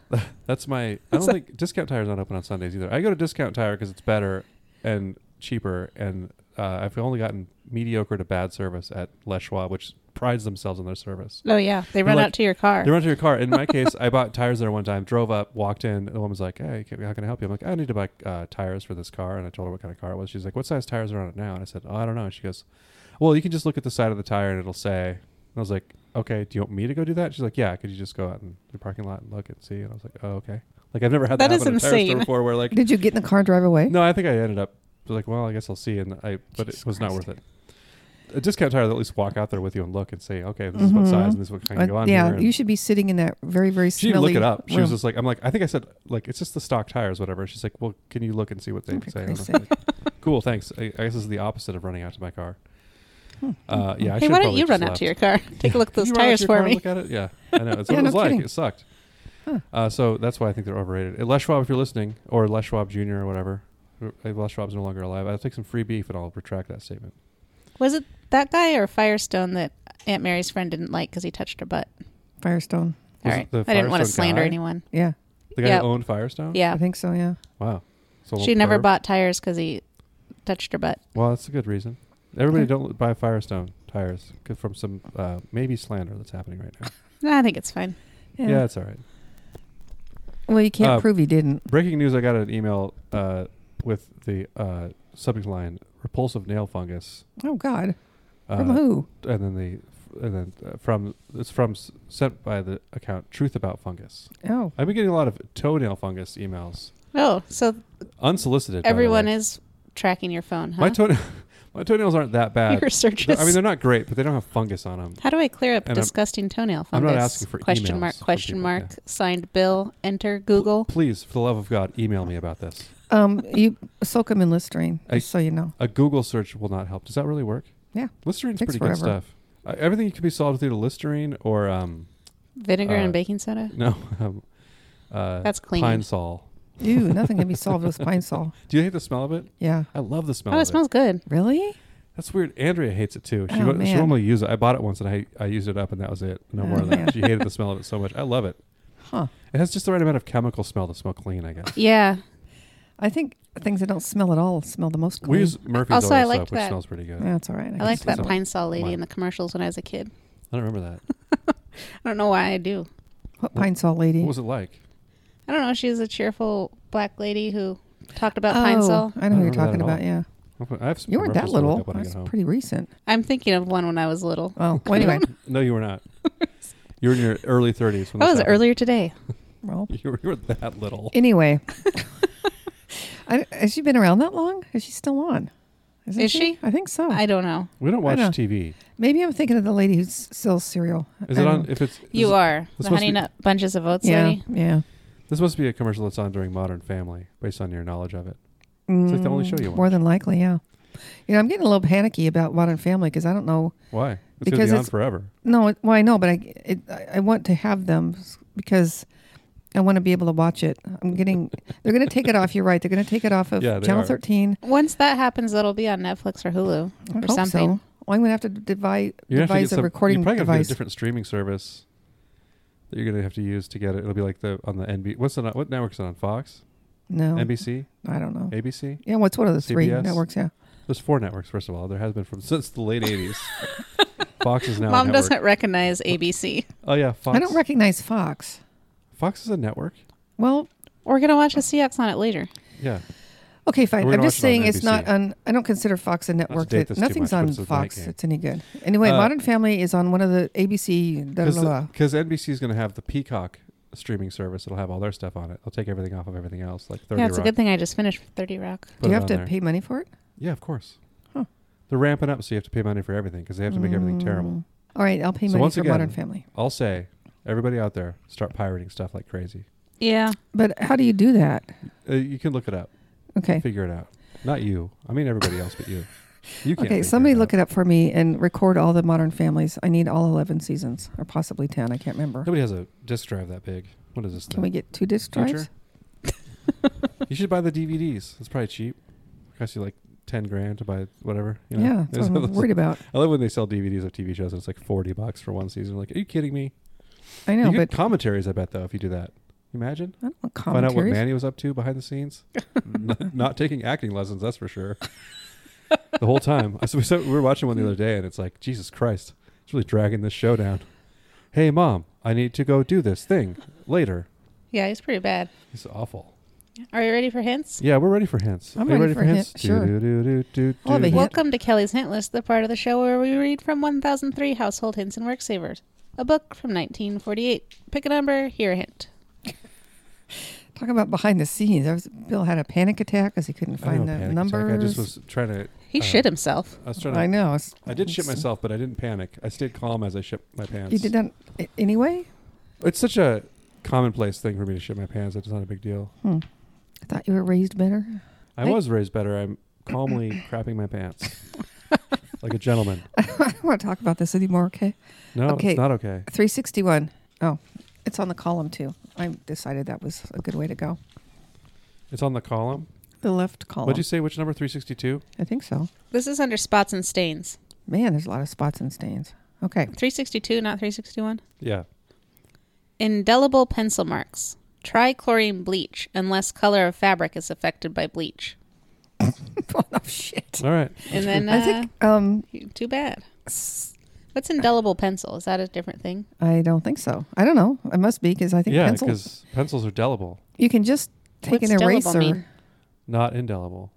S4: that's my. I don't think Discount Tire's not open on Sundays either. I go to Discount Tire because it's better and cheaper, and uh, I've only gotten mediocre to bad service at Les Schwab, which prides themselves on their service.
S3: Oh yeah, they run
S4: like-
S3: out to your car.
S4: They run to your car. In my case, I bought tires there one time. Drove up, walked in. and The woman's like, "Hey, can- how can I help you?" I'm like, "I need to buy uh, tires for this car." And I told her what kind of car it was. She's like, "What size tires are on it now?" And I said, "Oh, I don't know." And she goes, "Well, you can just look at the side of the tire, and it'll say." And I was like, "Okay, do you want me to go do that?" She's like, "Yeah, could you just go out in the parking lot and look and see?" And I was like, "Oh, okay." Like I've never had that,
S3: That is
S4: happen at a tire store
S3: insane.
S4: before. Where like,
S2: Did you get in the car and drive away?
S4: no, I think I ended up like, well, I guess I'll see. And I, but it
S2: Jesus
S4: was not
S2: Christ.
S4: worth it. A discount tire, they'll at least walk out there with you and look and say, okay, this is what
S2: Mhm.
S4: size and this is what kind
S2: Uh,
S4: of go on here.
S2: yeah,
S4: and-
S2: you should be sitting in that very, very
S4: she
S2: smelly.
S4: didn't look it up. She
S2: room.
S4: was just like, I'm like, I think I said, like, it's just the stock tires, whatever. She's like, well, can you look and see what they
S2: Oh, for
S4: say? And I
S2: Christ's
S4: was like, cool, thanks. I, I guess this is the opposite of running out to my car. Uh, yeah, I
S3: Hmm. hey,
S4: should
S3: why don't
S4: probably
S3: you
S4: just
S3: run out
S4: left.
S3: to your car? Take a look at
S4: Can
S3: those
S4: you run out
S3: tires
S4: to your
S3: for
S4: car and
S3: me.
S4: Look at it. Yeah, I know. That's what
S2: Yeah,
S4: it
S2: no
S4: was like.
S2: kidding.
S4: It sucked.
S2: Huh.
S4: Uh, so that's why I think they're overrated. Uh, Les Schwab, if you're listening, or Les Schwab Jr. or whatever. Uh, Les Schwab's no longer alive. I'll take some free beef and I'll retract that statement.
S3: Was it that guy or Firestone that Aunt Mary's friend didn't like because he touched her butt?
S2: Firestone.
S3: All
S4: Was it
S3: right,
S4: the
S3: I didn't want to
S4: Firestone
S3: slander
S4: guy?
S3: anyone.
S2: Yeah,
S4: The guy
S3: Yeah.
S4: who owned Firestone.
S2: I
S3: Yeah,
S2: think so. Yeah,
S4: Wow. So
S3: she never bought tires because he touched her butt.
S4: Well, that's a good reason. Everybody
S2: Okay.
S4: don't buy Firestone tires 'cause from some uh, maybe slander that's happening right now.
S3: No, I think it's fine.
S4: Yeah, it's all right.
S2: Well, you can't
S4: Uh,
S2: prove he didn't.
S4: Breaking news: I got an email uh, with the uh, subject line "repulsive nail fungus,"
S2: Oh God,
S4: uh,
S2: from who?
S4: and then the and then uh, from it's from s- sent by the account Truth About Fungus.
S2: Oh,
S4: I've been getting a lot of toenail fungus emails,
S3: Oh, so
S4: unsolicited. by the
S3: everyone
S4: way.
S3: is tracking your phone, huh?
S4: my toenail. My toenails aren't that bad.
S3: Your searches.
S4: They're- I mean, they're not great, but they don't have fungus on them.
S3: How do I clear up
S4: And I'm-
S3: disgusting toenail
S4: I'm
S3: fungus?
S4: not asking for
S3: question
S4: emails
S3: mark
S4: from
S3: question
S4: people,
S3: mark
S4: yeah.
S3: signed Bill. Enter Google.
S4: Please, for the love of God, email me about this.
S2: um, you soak him in Listerine,
S4: I-
S2: just so you know.
S4: A Google search will not help. Does that really work?
S2: Yeah.
S4: Listerine's
S2: Takes
S4: pretty good
S2: forever.
S4: stuff. Uh, everything can be solved with either Listerine or um
S3: Vinegar
S4: Uh,
S3: and baking soda.
S4: no um, uh,
S3: That's clean.
S4: pine sol.
S2: Ew, nothing can be solved with pine sol.
S4: Do you hate the smell of it?
S2: Yeah.
S4: I love the smell.
S3: Oh,
S4: of
S3: it smells good.
S2: Really?
S4: That's weird. Andrea hates it too. She,
S2: Oh,
S4: won't- she
S2: man.
S4: normally use it. I bought it once and I I used it up and that was it. No
S2: Oh,
S4: more of
S2: man.
S4: that. She hated the smell of it so much. I love it.
S2: Huh.
S4: It has just the right amount of chemical smell to smell clean. I guess.
S3: Yeah.
S2: I think things that don't smell at all smell the most.
S4: We
S2: clean.
S4: use Murphy's
S3: Also,
S4: oil
S3: I liked
S4: soap, which
S3: that.
S4: smells pretty good.
S2: That's all right.
S3: I liked
S2: guess.
S3: that
S4: Someone-
S3: pine sol lady
S4: Why?
S3: in the commercials when I was a kid.
S4: I don't remember that.
S3: I don't know why I do.
S2: What pine sol lady?
S4: What was it like?
S3: I don't know. She was a cheerful black lady who talked about Uh, pine sol.
S2: Oh, I know who
S4: I
S2: you're
S4: don't remember that
S2: talking
S4: at all.
S2: about. Yeah,
S4: I have some
S2: you weren't that
S4: commercials to look
S2: little.
S4: up when I
S2: That's
S4: get home.
S2: pretty recent.
S3: I'm thinking of one when I was little.
S2: Well, well, anyway,
S4: No, you were not. You were in your early 30s. When
S3: That
S4: this
S3: was
S4: happened.
S3: Oh, earlier today.
S2: well,
S4: You were, you were that little.
S2: anyway. I, has she been around that long? Is she still on? Isn't
S3: Is she?
S2: I think so.
S3: I don't know.
S4: We don't watch
S2: know.
S4: TV.
S2: Maybe I'm thinking of the lady who s- sells cereal.
S4: Is
S2: I
S4: it
S2: don't
S4: on?
S2: know.
S4: If it's
S3: You
S4: is-
S3: are
S4: this
S3: the
S4: must
S3: Honey
S4: be-
S3: Nut Bunches of Oats
S2: Yeah,
S3: lady.
S2: yeah.
S4: This must be a commercial that's on during Modern Family, based on your knowledge of it. It's like the only show you
S2: Mm, More
S4: watch.
S2: than likely, yeah. You know, I'm getting a little panicky about Modern Family because I don't know.
S4: Why? It's gonna
S2: Because
S4: be on
S2: it's-
S4: forever.
S2: No, it, well, I know, but I, it, I I want to have them s- because I want to be able to watch it. I'm getting. they're going to take it off. You're right. They're going to take it off of
S4: Yeah, they
S2: Channel
S4: are.
S2: 13
S3: Once that happens, that'll be on Netflix or Hulu
S2: I
S3: or
S2: hope
S3: something.
S2: so. Well, I'm gonna have to devise,
S4: You're gonna have to get
S2: devise a
S4: some-
S2: recording
S4: you're probably gonna have to get
S2: device.
S4: a different streaming service that you're gonna have to use to get it. It'll be like the on the NB. What's the what network is it on? Fox,
S2: no,
S4: NBC,
S2: I don't know.
S4: ABC.
S2: Yeah, what's one of the three
S4: CBS?
S2: networks? Yeah,
S4: There's four networks. First of all, there has been from since the late '80s. Fox is now. a
S3: Mom
S4: network.
S3: doesn't recognize ABC.
S4: Oh yeah, Fox.
S2: I don't recognize Fox.
S4: Fox is a network.
S2: Well,
S3: We're gonna watch the Seahawks on it later.
S4: Yeah,
S2: okay, fine.
S4: We're
S2: I'm
S4: gonna
S2: just
S4: watch it on
S2: saying it's not
S4: NBC.
S2: on. I don't consider Fox a network.
S4: date
S2: That,
S4: this too
S2: nothing's
S4: much, but
S2: on
S4: it's a night
S2: Fox.
S4: game.
S2: It's any good. Anyway,
S4: Uh,
S2: Modern Family is on one of the ABC. Da, da, da, da.
S4: because NBC is gonna have the Peacock streaming service. It'll have all their stuff on it. They'll take everything off of everything else, like 30
S3: yeah, it's
S4: Rock.
S3: a good thing I just finished Thirty Rock.
S4: Put
S2: Do you
S4: it
S2: have
S4: on
S2: to
S4: there.
S2: pay money for it?
S4: Yeah, of course.
S2: Huh.
S4: They're ramping up, so you have to pay money for everything because they have to make everything terrible.
S2: Mm. All right, I'll pay
S4: So
S2: money
S4: once
S2: for
S4: again-
S2: Modern Family.
S4: I'll say, everybody out there, start pirating stuff like crazy.
S3: Yeah,
S2: But how do you do that?
S4: Uh, you can look it up,
S2: Okay.
S4: figure it out. Not you. I mean everybody else, but you. You can't.
S2: Okay, somebody look it up for me and record all the Modern Families. I need all 11 seasons, or possibly 10. I can't remember.
S4: Nobody has a disk drive that big. What is this
S2: Can
S4: thing?
S2: we get two disc drives?
S4: Future? you should buy the DVDs. It's probably cheap. It costs you like ten grand to buy whatever. You know?
S2: Yeah, that's what I'm worried about.
S4: I love when they sell DVDs of TV shows and it's like forty bucks for one season. Like, are you kidding me?
S2: I know,
S4: you
S2: but
S4: get commentaries, I bet though, if you do that. Imagine.
S2: I don't want
S4: Find out what
S2: commentaries.
S4: Manny was up to behind the scenes. not, not taking acting lessons, that's for sure. the whole time. So we, so we were watching one the other day, and it's like, Jesus Christ, it's really dragging this show down. Hey, mom, I need to go do this thing later.
S3: yeah, he's pretty bad.
S4: It's awful.
S3: Are you ready for hints?
S4: Yeah, we're ready for hints.
S2: I'm
S4: Are you
S2: ready
S4: ready,
S2: for
S4: for,
S2: hint-
S4: hints?
S2: sure.
S4: Do-do-do-do-do-do.
S2: I'll have a hint.
S3: Welcome to Kelly's Hint List, the part of the show where we read from 1003 Household Hints and Work Savers, a book from 1948. Pick a number, hear a hint.
S2: Talk about behind the scenes. I was, Bill had a panic attack because he couldn't
S4: I know,
S2: find the
S4: panic attack.
S2: numbers.
S4: I just was trying to.
S3: He
S2: Uh-huh.
S4: uh,
S3: shit himself.
S4: I was trying to.
S2: I know. it's-
S4: I did shit
S2: it's-
S4: myself, but I didn't panic. I stayed calm as I shit my pants.
S2: You did that a- anyway?
S4: It's such a commonplace thing for me to shit my pants. It's not a big deal.
S2: I thought you were raised better.
S4: I
S2: I-
S4: was raised better. I'm calmly crapping my pants like a gentleman.
S2: I don't want to talk about this anymore, okay?
S4: No,
S2: Okay.
S4: it's not okay.
S2: 361. Oh, it's on the column too. I decided that was a good way to go.
S4: It's on the column.
S2: The left column.
S4: What'd you say? Which number? 362?
S2: I think so.
S3: This is under spots and stains.
S2: Man, there's a lot of spots and stains. Okay.
S3: 362, not 361.
S4: Yeah.
S3: Indelible pencil marks. Trichlorine bleach, unless color of fabric is affected by bleach.
S2: oh, shit.
S4: All right.
S3: And then,
S2: I
S3: uh,
S2: think um
S3: too bad. What's indelible pencil? Is that a different thing?
S2: I don't think so. I don't know. It must be because I think
S4: Yeah,
S2: pencils.
S4: because pencils are delible,
S2: You can just take
S3: What's
S2: an
S3: delible
S2: eraser.
S3: mean?
S4: not indelible.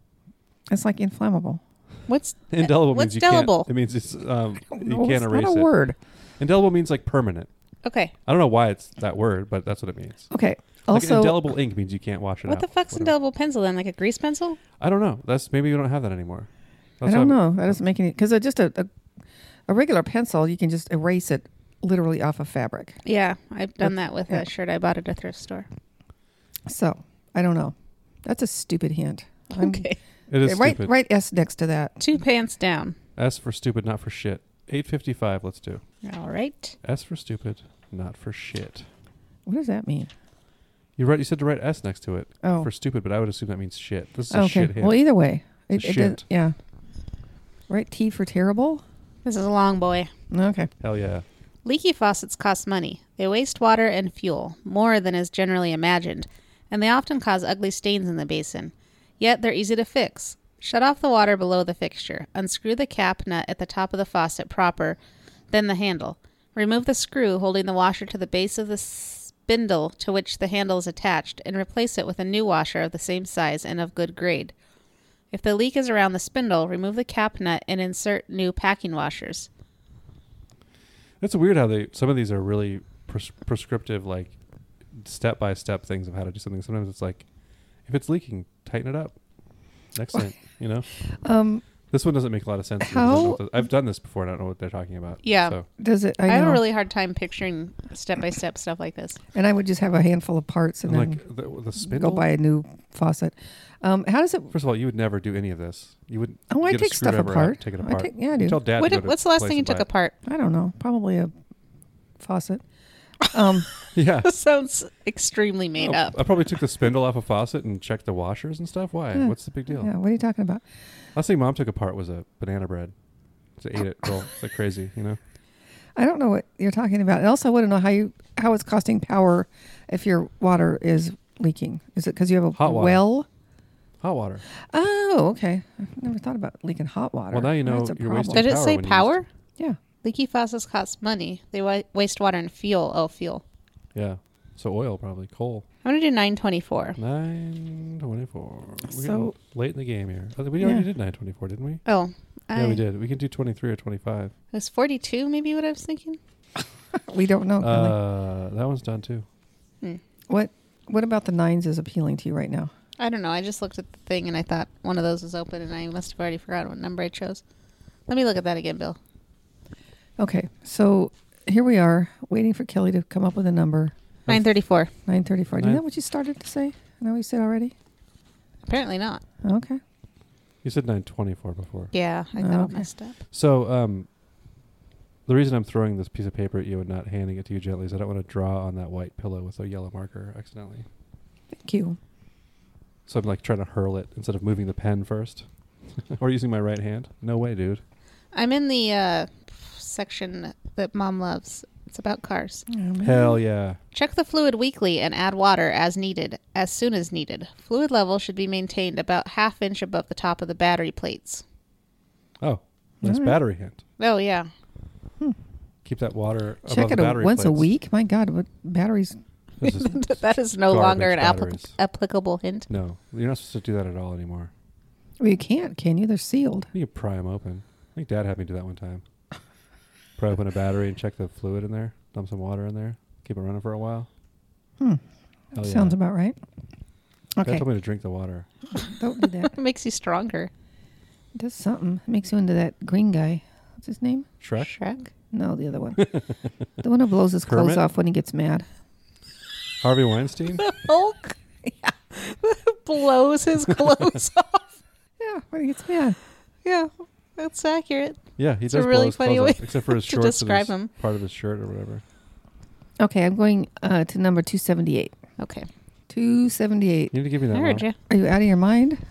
S2: It's like inflammable.
S3: What's
S4: Indelible
S3: What's
S4: means you
S3: delible?
S4: can't. It means it's um, you
S2: No,
S4: can't
S2: Oh, it's
S4: erase
S2: not a
S4: it.
S2: word.
S4: Indelible means like permanent.
S3: okay?
S4: I don't know why it's that word, but that's what it means.
S2: Okay.
S4: Like
S2: Also,
S4: indelible ink means you can't wash it
S3: What the
S4: out,
S3: fuck's
S4: whatever.
S3: indelible pencil then? Like a grease pencil?
S4: I don't know. That's maybe we don't have that anymore.
S2: I
S4: That's
S2: don't
S4: why-
S2: know. That doesn't make any because just a, a a regular pencil, you can just erase it literally off of fabric.
S3: Yeah, I've done that with
S2: yeah.
S3: a shirt I bought at a thrift store.
S2: So I don't know. That's a stupid hint. I'm-
S3: Okay,
S4: It is
S2: Write,
S4: stupid.
S2: write S next to that.
S3: two pants down.
S4: S for stupid, not for shit. 855. Let's do.
S3: All right.
S4: S for stupid, not for shit.
S2: What does that mean?
S4: You write. You said to write S next to it
S2: Oh,
S4: for stupid, but I would assume that means shit. This is a
S2: okay.
S4: shit hint.
S2: Well, e- either way,
S4: It's a
S2: does-
S4: shit.
S2: yeah. Right, T for terrible.
S3: This is a long boy.
S2: Okay.
S4: Hell yeah!
S3: Leaky faucets cost money. They waste water and fuel, more than is generally imagined, and they often cause ugly stains in the basin. Yet they're easy to fix. Shut off the water below the fixture, unscrew the cap nut at the top of the faucet proper, then the handle. Remove the screw holding the washer to the base of the spindle to which the handle is attached, and replace it with a new washer of the same size and of good grade. If the leak is around the spindle, remove the cap nut and insert new packing washers.
S4: It's weird how they. Some of these are really pres- prescriptive, like step by step things of how to do something. Sometimes it's like, if it's leaking, tighten it up. Next thing, you know.
S2: Um,
S4: This one doesn't make a lot of sense. because I don't know
S2: How-
S4: what the- I've done this before. and I don't know what they're talking about.
S3: Yeah.
S4: So
S2: does it? I,
S3: I,
S2: know.
S3: have a really hard time picturing step by step stuff like this.
S2: and I would just have a handful of parts and
S4: and
S2: then
S4: like the, the
S2: go
S4: spindle.
S2: buy a new faucet. Um, how does it?
S4: First of all, you would never do any of this. You would.
S2: Oh, I
S4: get a
S2: take stuff
S4: screwdriver out,
S2: apart.
S4: take it
S2: I
S4: apart.
S2: take- yeah, I
S4: You
S2: do.
S4: Tell dad
S3: What,
S4: to go to
S3: what's the last
S4: place
S3: thing you
S4: and
S3: took
S4: buy it.
S3: apart?
S2: I don't know. Probably a faucet. Um,
S4: Yeah.
S3: This sounds extremely made
S4: Oh,
S3: up.
S4: I probably took the spindle off a faucet and checked the washers and stuff. Why?
S2: Yeah.
S4: What's the big deal?
S2: yeah. What are you talking about?
S4: Last thing mom took apart was a banana bread. to eight it roll like crazy, you know?
S2: I don't know what you're talking about. And also, I want to know how you how it's costing power if your water is leaking. Is it because you have a
S4: Hot water.
S2: well?
S4: Hot water.
S2: Oh, okay. I've never thought about leaking hot water.
S4: Well, now you know
S2: That's a
S4: you're
S2: problem.
S4: wasting-
S3: Did it
S4: power
S3: say
S4: when you
S3: power?
S2: Yeah.
S3: Leaky faucets cost money. They wa- waste water and fuel. Oh, fuel.
S4: Yeah. So oil probably coal.
S3: I'm gonna do 924.
S4: Nine twenty-four. We're
S2: So-
S4: getting late in the game here. I think We already
S2: Yeah.
S4: did nine twenty-four, didn't we?
S3: Oh, I,
S4: yeah, we did. We can do twenty-three or twenty-five.
S3: It was 42, maybe what I was thinking.
S2: We don't know. Kelly.
S4: Uh, that one's done too.
S2: what What about the nines is appealing to you right now?
S3: I don't know. I just looked at the thing and I thought one of those was open, and I must have already forgotten what number I chose. Let me look at that again, Bill.
S2: Okay, so here we are waiting for Kelly to come up with a number.
S3: 934.
S2: Nine thirty-four. Do
S4: Nine-
S2: you know what you started to say? I know you said already.
S3: Apparently not.
S2: Okay.
S4: You said nine twenty-four before.
S3: Yeah, I
S2: Oh,
S3: thought
S2: okay.
S3: I messed up.
S4: So, um, the reason I'm throwing this piece of paper at you and not handing it to you gently is I don't want to draw on that white pillow with a yellow marker accidentally.
S2: Thank you.
S4: So I'm like trying to hurl it instead of moving the pen first, or using my right hand. No way, dude.
S3: I'm in the uh, section that mom loves. It's about cars.
S4: Hell yeah.
S3: Check the fluid weekly and add water as needed, as soon as needed. Fluid level should be maintained about half inch above the top of the battery plates.
S4: Oh, nice
S2: Alright.
S4: battery hand.
S3: Oh yeah,
S4: Keep that water. above
S2: Check it
S4: the
S2: a,
S4: battery
S2: once a
S4: plates.
S2: week. My God, what batteries?
S4: This is-
S3: that is no
S4: Garbage
S3: longer an applic-
S4: batteries.
S3: applicable hint.
S4: no, you're not supposed to do that at all anymore.
S2: Well, you can't, can you? They're sealed.
S4: You can pry them open. I think Dad had me do that one time. pry open a battery and check the fluid in there. Dump some water in there. Keep it running for a while.
S2: Hmm.
S4: Hell Oh, yeah.
S2: Sounds about right.
S4: Dad
S2: Okay.
S4: told me to drink the water.
S2: Don't do that.
S3: It makes you stronger.
S2: It does something. It makes you into that green guy. What's his name?
S4: Shrek.
S3: Shrek.
S2: No, the other one. the one who blows his clothes
S4: Kermit?
S2: off when he gets mad.
S4: Harvey Weinstein.
S3: Hulk. Blows his clothes off.
S2: Yeah, when he gets mad.
S3: Yeah, that's accurate.
S4: Yeah, he
S3: It's a
S4: does blow
S3: really
S4: his
S3: funny
S4: clothes
S3: way
S4: off, except for his
S3: to
S4: shorts and
S3: describe
S4: his
S3: him.
S4: part of his shirt or whatever.
S2: Okay, I'm going uh, to number 278.
S3: Okay,
S2: 278.
S4: You need to give me that.
S3: I heard
S4: Mom.
S3: you.
S2: Are you out of your mind?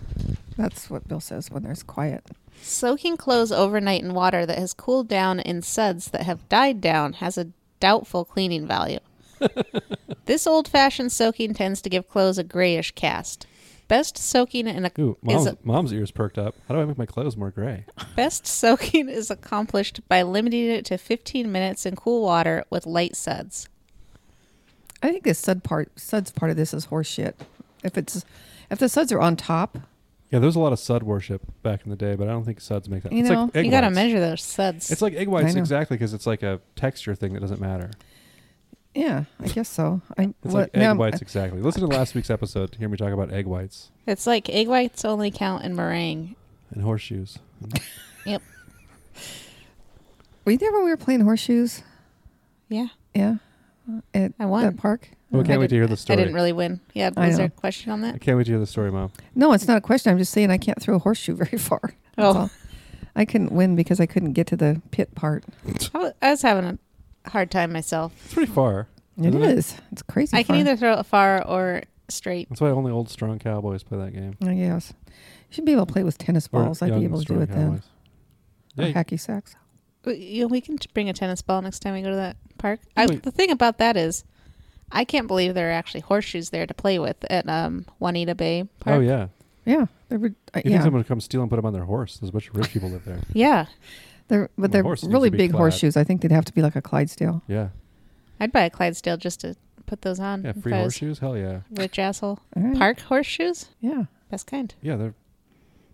S2: That's what Bill says when there's quiet.
S3: Soaking clothes overnight in water that has cooled down in suds that have died down has a doubtful cleaning value. this old fashioned soaking tends to give clothes a grayish cast. Best soaking in a
S4: Ooh,
S3: is
S4: mom's,
S3: a,
S4: mom's ears perked up. How do I make my clothes more gray?
S3: best soaking is accomplished by limiting it to 15 minutes in cool water with light suds.
S2: I think this sud part, suds part of this is horseshit. If it's, if the suds are on top,
S4: Yeah, there was a lot of sud worship back in the day, but I don't think suds make that.
S2: You
S4: it's
S2: know,
S4: like egg
S3: you got to
S4: whites.
S3: measure those suds.
S4: It's like egg whites
S2: know.
S4: exactly because it's like a texture thing that doesn't matter.
S2: yeah, I guess so. I,
S4: It's
S2: what-
S4: like egg
S2: now-
S4: whites exactly. Listen to last week's episode to hear me talk about egg whites
S3: It's like egg whites only count in meringue.
S4: and horseshoes.
S3: Yep.
S2: Were you there when we were playing horseshoes?
S3: Yeah.
S2: Yeah, at
S3: I won.
S2: that park.
S4: Well, I can't
S3: I
S4: wait to
S3: didn't-
S4: hear the
S3: I
S4: story.
S3: didn't really win. Yeah.
S2: I
S3: Was there a
S2: know.
S3: question on
S4: I
S3: that?
S4: can't wait to hear the story, Mom.
S2: No, it's not a question. I'm just saying I can't throw a horseshoe very far. That's
S3: Oh.
S2: all. I couldn't win because I couldn't get to the pit part.
S3: I wa- I was having a hard time myself.
S4: It's pretty far.
S2: It
S4: isn't
S2: is. It's crazy.
S3: I can
S2: far.
S3: either throw it far or straight.
S4: That's why only old strong cowboys play that game.
S2: I guess. You should be able to play with tennis
S4: Or
S2: balls. I'd
S4: young,
S2: be able to do
S4: strong
S2: it then.
S4: cowboys.
S2: Or
S4: Yeah,
S2: hacky sacks.
S3: We, you know, we can t- bring a tennis ball next time we go to that park.
S4: Yeah,
S3: I,
S4: we-
S3: the thing about that is, I can't believe there are actually horseshoes there to play with at um, Juanita Bay Park.
S4: Oh yeah.
S2: Yeah, there were. Uh,
S4: You think
S2: yeah,
S4: someone would come steal and put them on their horse? There's a bunch of rich people live there.
S3: Yeah.
S2: they're,
S4: My
S2: but they're
S4: horse needs
S2: really
S4: to be
S2: big
S4: clad.
S2: horseshoes. I think they'd have to be like a Clydesdale.
S4: Yeah.
S3: I'd buy a Clydesdale just to put those on.
S4: Yeah.
S3: if
S4: Free
S3: I was
S4: horseshoes. Hell yeah.
S3: a Rich asshole.
S2: All right.
S3: Park horseshoes?
S2: Yeah.
S3: Best kind.
S4: Yeah, they're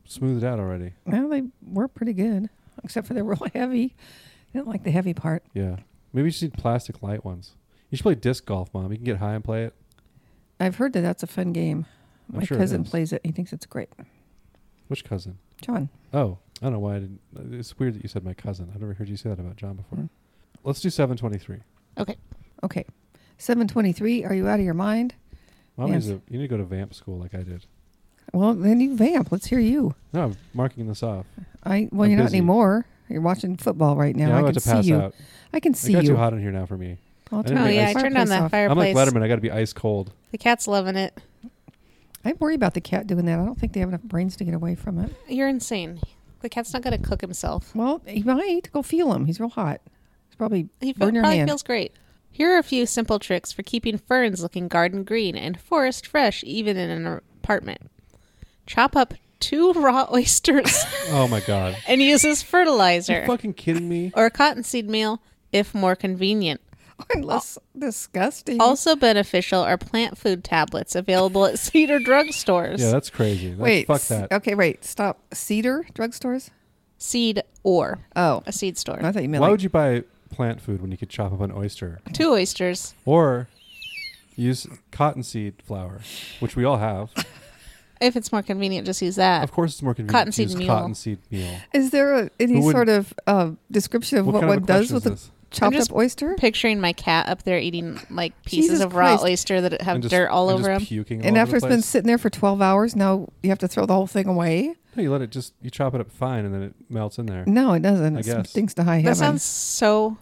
S4: smoothed out already.
S2: Well, they were pretty good, except for they're real heavy. I didn't like the heavy part.
S4: Yeah. Maybe you just need plastic light ones. You should play disc golf, Mom. You can get high and play it.
S2: I've heard that that's a fun game.
S4: I'm
S2: My
S4: sure it
S2: cousin
S4: is.
S2: plays it. He thinks it's great.
S4: Which cousin?
S2: John.
S4: Oh, I don't know why I didn't. It's weird that you said my cousin. I've never heard you say that about John before.
S2: Mm.
S4: Let's do 723.
S3: Okay.
S2: Okay. 723. Are you out of your mind?
S4: Mom
S2: Yes.
S4: needs to- you need to go to vamp school like I did.
S2: Well, then you vamp. Let's hear you.
S4: No, I'm marking this off.
S2: I well,
S4: I'm
S2: you're not
S4: busy.
S2: anymore. You're watching football right now.
S4: yeah, I'm
S2: I
S4: about
S2: can
S4: to
S2: see
S4: pass
S2: you.
S4: out.
S2: I can
S4: It
S2: see
S4: got
S2: you.
S4: too hot in here now for me.
S2: I'll turn
S4: didn't
S3: Oh
S4: think
S2: the
S3: yeah, I
S4: ice-
S3: turned on
S2: fireplace
S3: that
S2: off.
S4: I'm like
S3: fireplace.
S4: Letterman. I got to be ice cold.
S3: The cat's loving it.
S2: I worry about the cat doing that. I don't think they have enough brains to get away from it.
S3: You're insane. The cat's not gonna cook himself.
S2: Well, he might go feel him. He's real hot. He's probably
S3: He fe-
S2: burn your
S3: probably
S2: hand.
S3: feels great. Here are a few simple tricks for keeping ferns looking garden green and forest fresh, even in an apartment. Chop up two raw oysters
S4: Oh my god.
S3: and use as
S4: Are you
S3: fertilizer,
S4: fucking kidding me?
S3: or cottonseed meal if more convenient.
S2: I look disgusting.
S3: Also beneficial are plant food tablets available at Cedar drugstores.
S4: Yeah, that's crazy. That's,
S2: wait,
S4: fuck
S2: s-
S4: that.
S2: Okay, wait. Stop. Cedar drugstores.
S3: Seed or
S2: Oh,
S3: a seed store.
S2: I thought you meant.
S4: Why
S2: like,
S4: would you buy plant food when you could chop up an oyster
S3: Two oysters.
S4: or use cottonseed flour, which we all have?
S3: If it's more convenient, just use that.
S4: Of course, it's more convenient. to
S3: Cottonseed
S4: use
S3: meal.
S4: Cottonseed meal.
S2: Is there a, any
S4: Who would-
S2: sort of uh, description of
S4: What
S2: what,
S4: kind of
S2: one
S4: a
S2: does
S4: question
S2: with
S4: is
S2: a
S4: this?
S2: chopped
S3: just
S2: up oyster?
S3: Picturing my cat up there eating like pieces
S2: Jesus
S3: of raw
S2: Christ.
S3: oyster that have
S4: And just-
S3: dirt all
S4: and
S3: over
S4: just
S3: them.
S4: Puking all
S2: And
S4: over
S2: after
S4: the
S2: it's been
S4: place.
S2: sitting there for 12 hours, now you have to throw the whole thing away?
S4: No, you let it just you chop it up fine, and then it melts in there.
S2: No, it doesn't.
S4: I
S2: It
S4: guess.
S2: stinks to high heaven.
S3: That sounds so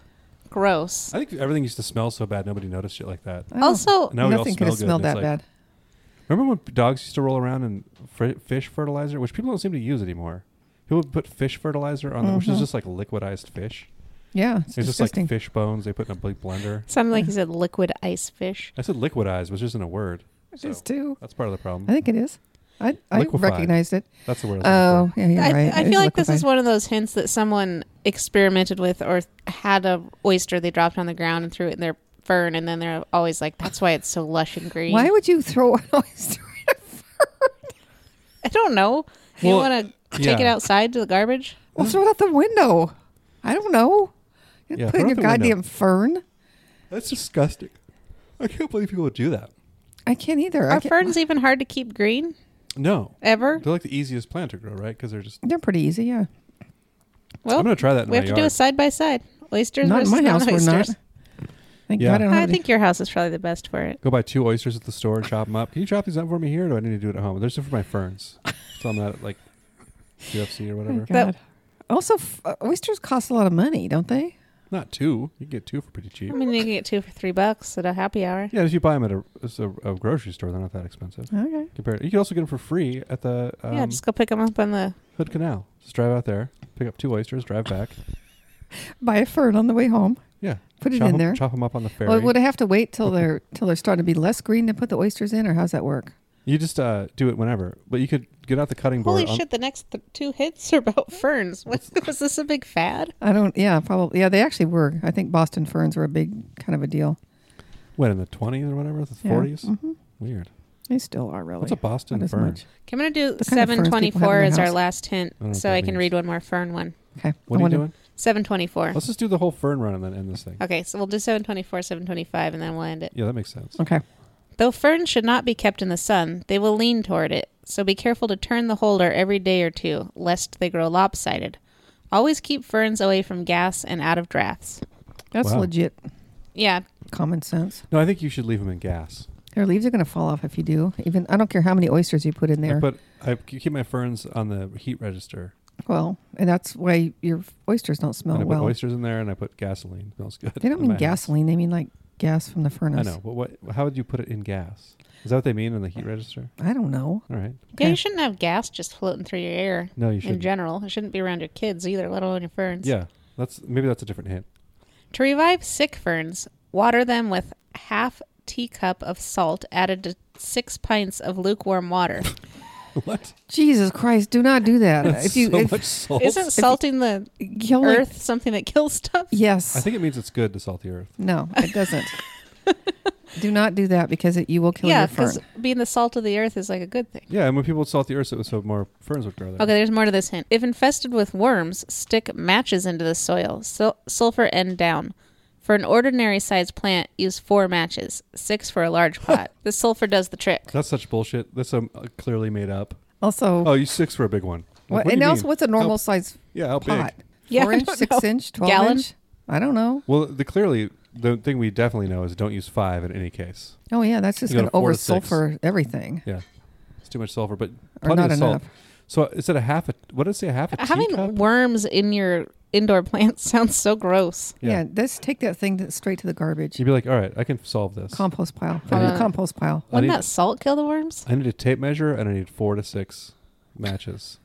S3: gross.
S4: I think everything used to smell so bad nobody noticed shit like that.
S2: I don't-
S3: Also,
S4: Now we all
S2: nothing could
S4: smell
S2: have
S4: good,
S2: smelled
S4: and
S2: that
S4: it's like-
S2: bad.
S4: Remember when dogs used to roll around in fr- fish fertilizer, which people don't seem to use anymore. People would put fish fertilizer on, them, which is
S2: Mhm.
S4: just like liquidized fish.
S2: Yeah, it's,
S4: It's just like
S2: disgusting.
S4: fish bones they put in a big blender.
S3: sounded like you said liquid ice fish.
S4: I said liquidized, which isn't a word.
S2: It
S4: So
S2: is too.
S4: that's part of the problem.
S2: I think it is. I, I
S4: Liquefied.
S2: recognized it.
S4: that's the word. I was looking
S2: Oh, yeah, you're
S3: I,
S2: right.
S3: I
S2: It
S3: feel like this is
S2: liquefied.
S3: one of those hints that someone experimented with or had a oyster they dropped on the ground and threw it in their fern, and then they're always like, "That's why it's so lush and green."
S2: Why would you throw an oyster in a fern?
S3: I don't know. you
S4: Well,
S3: want to
S4: yeah.
S3: take it outside to the garbage?
S2: Well, throw it out the window. I don't know. You
S4: Yeah,
S2: put
S4: throw
S2: in
S4: it
S2: your
S4: out the window.
S2: goddamn fern.
S4: for. That's disgusting. I can't believe people would do that.
S2: I can't either. I
S3: Are
S2: can't-
S3: ferns even hard to keep green
S4: No,
S3: ever?
S4: they're like the easiest plant to grow, right? Because they're just.
S2: They're pretty easy, yeah.
S3: Well,
S4: I'm gonna try that. In
S3: we
S4: my
S3: have to do a
S4: yard.
S3: side by side. Oysters
S2: Not in
S3: versus
S2: my house, we're not.
S3: non-oysters.
S2: Thank
S4: Yeah.
S2: God I don't
S3: I
S2: have any-
S3: think your house is probably the best for it.
S4: Go buy two oysters at the store and chop them up. Can you chop these up for me here? Or do I need to do it at home? There's some for my ferns. So I'm at like UFC or
S2: Oh,
S4: whatever.
S2: God. Also, f- uh, oysters cost a lot of money, don't they?
S4: Not two. You can get two for pretty cheap.
S3: I mean, you can get two for three bucks at a happy hour.
S4: Yeah, if you buy them at a, it's a, a grocery store, they're not that expensive.
S2: Okay.
S4: Compared, you can also get them for free at the um,
S3: yeah, just go pick them up on the.
S4: Hood Canal. Just drive out there, pick up two oysters, drive back.
S2: Buy a fern on the way home.
S4: Yeah,
S2: Put it
S4: chop
S2: in
S4: 'em-
S2: there.
S4: Chop them up on the ferry.
S2: Well, would I have to wait till they're till they're starting to be less green to put the oysters in, or how's that work?
S4: you just uh, do it whenever, but you could get out the cutting board.
S3: Holy
S4: on-
S3: shit! The next th- two hits are about ferns. What, was this a big fad?
S2: I don't. Yeah, probably. Yeah, they actually were. I think Boston ferns were a big kind of a deal.
S4: What in the twenties or whatever, the
S2: Yeah.
S4: forties?
S2: Mhm.
S4: Weird.
S2: They still are really.
S4: What's a Boston
S2: Not as
S4: fern?
S2: much.
S3: Okay, I'm gonna do
S2: What kind of ferns
S3: seven
S2: people have in
S3: twenty-four
S2: their
S3: as our
S2: house?
S3: last hint,
S4: I don't know
S3: so
S4: what
S3: I
S4: that
S3: can
S4: means.
S3: read one more fern one.
S2: Okay. I
S4: What are you
S2: wonder-
S4: doing?
S3: Seven twenty-four.
S4: Let's just do the whole fern run and then end this thing.
S3: Okay, so we'll do seven twenty-four, seven twenty-five, and then we'll end it.
S4: Yeah, that makes sense.
S2: Okay.
S3: Though ferns should not be kept in the sun, they will lean toward it, so be careful to turn the holder every day or two, lest they grow lopsided. Always keep ferns away from gas and out of drafts.
S2: That's
S4: Wow.
S2: legit
S3: Yeah,
S2: common sense.
S4: No, I think you should leave them in gas.
S2: Their leaves are going to fall off if you do. Even I don't care how many oysters you put in
S4: I
S2: there.
S4: put I keep my ferns on the heat register.
S2: well, and that's why your oysters don't
S4: and
S2: smell
S4: I put
S2: Oh, well.
S4: oysters in there and I put gasoline. smells good.
S2: They don't
S4: in
S2: mean
S4: my house.
S2: gasoline. They mean like gas from the furnace.
S4: I know, but what? How would you put it in gas? Is that what they mean in the heat register?
S2: I don't know.
S4: All right.
S3: Yeah,
S2: Okay.
S3: you shouldn't have gas just floating through your air
S4: No, you
S3: in
S4: should.
S3: general. It shouldn't be around your kids either, let alone your ferns.
S4: Yeah, that's maybe that's a different hint.
S3: To revive sick ferns, water them with half teacup of salt added to six pints of lukewarm water.
S4: what?
S2: Jesus Christ! Do not do that. if you
S4: so
S2: Oh. if,
S4: much salt.
S3: Isn't salting the
S2: kill it-
S3: earth something that kills stuff?
S2: Yes.
S4: I think it means it's good to salt the earth.
S2: no, it doesn't. do not do that because it, you will kill
S3: yeah,
S2: your fern.
S3: because being the salt of the earth is like a good thing.
S4: Yeah, and when people would salt the earth, it was so more ferns would grow there.
S3: Okay, there's more to this hint. If infested with worms, stick matches into the soil, sul- sulfur end down. For an ordinary sized plant, use four matches, six for a large pot. the sulfur does the trick.
S4: That's such bullshit. That's um, uh, clearly made up.
S2: Also,
S4: Oh, you six for a big one.
S2: what,
S4: Like, do
S2: and
S4: you
S2: also,
S4: mean? Oh,
S2: what's a normal
S4: How-
S2: size
S4: yeah, how
S2: pot?
S4: big?
S3: Yeah,
S2: Four
S3: I
S2: inch,
S3: don't
S2: six
S3: know.
S2: inch, twelve
S3: Gallon?
S2: inch. I don't know.
S4: Well, the clearly the thing we definitely know is don't use five in any case.
S2: Oh yeah, that's just
S4: You go
S2: going to
S4: to four
S2: over
S4: to six.
S2: sulfur everything.
S4: Yeah, it's too much sulfur, but
S2: Or
S4: plenty
S2: not
S4: of salt.
S2: enough. Uh,
S4: So is it a half a? What did it say? A half a
S3: Having
S4: teacup?
S3: worms in your indoor plants sounds so gross.
S2: Yeah, let's take that thing to, straight to the garbage
S4: You'd be like, all right, I can solve this.
S2: compost pile. Put it in the
S3: Uh,
S2: compost pile.
S4: I need,
S3: Wouldn't that salt kill the worms?
S4: I need a tape measure and I need four to six matches.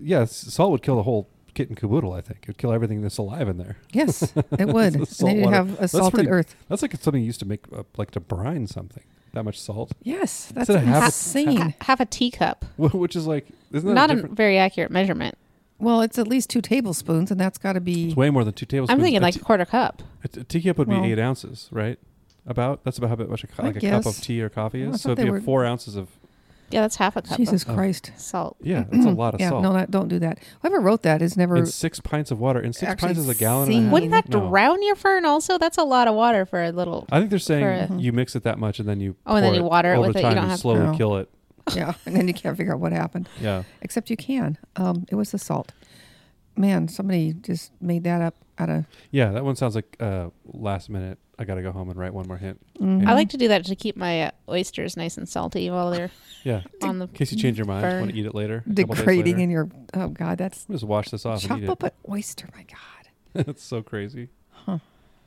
S4: yes, salt would kill the whole kit and caboodle. I think it would kill everything that's alive in there.
S2: Yes, it would. and
S4: Salt
S2: then you
S4: water.
S2: have a
S4: That's
S2: salted
S4: pretty-
S2: earth.
S4: That's like something you used to make, uh, like to brine something. That much salt,
S2: Yes, that's
S4: Instead of half a-
S2: insane.
S3: Ha- half a teacup.
S4: Wh- which is like isn't that
S3: Not
S4: a
S3: a
S4: different?
S3: very accurate measurement.
S2: well, it's at least two tablespoons, and that's got to be
S4: It's way more than two tablespoons.
S3: I'm thinking
S4: A
S3: like
S4: t-
S3: a quarter cup.
S4: a t- a teacup would
S2: Well-
S4: be eight ounces, right? About that's about how much a, cu-
S2: I
S4: like a cup
S2: guess.
S4: of tea or coffee
S3: Oh,
S2: Well, I thought
S4: is. So it'd
S2: they
S4: be
S2: were-
S4: four ounces of
S3: Yeah, that's half a cup
S2: Jesus
S4: Oh.
S2: Christ. Hmm.
S3: of salt.
S4: yeah, that's a lot of
S2: Yeah,
S4: salt.
S2: no, that, don't do that. Whoever wrote that has never.
S4: in six pints of water, and six
S2: actually
S4: pints is a gallon. And
S2: seen-
S4: a half.
S3: Wouldn't that
S4: Mm, No.
S3: drown your fern? Also, that's a lot of water for a little.
S4: I think they're saying
S3: For a-
S4: you mix it that much and then you
S3: Oh, and then
S4: pour
S3: you water it
S4: over
S3: with it. You
S4: time
S3: don't
S4: and
S3: have-
S4: slowly
S2: No.
S4: kill it.
S2: yeah, and then you can't figure out what happened.
S4: Yeah,
S2: Except you can. Um, it was the salt. Man, somebody just made that up out of.
S4: yeah. That one sounds like uh, last minute. I gotta go home and write one more hint.
S2: mm-hmm.
S3: I like to do that to keep my uh, oysters nice and salty while they're
S4: Yeah,
S3: on the.
S4: in case you change your mind,
S3: Burn.
S4: want to eat it later. a couple days
S2: degrading
S4: later.
S2: in your. Oh God, that's
S4: Just wash this off
S2: chop
S4: and eat
S2: up
S4: it.
S2: an oyster. My God.
S4: it's so crazy.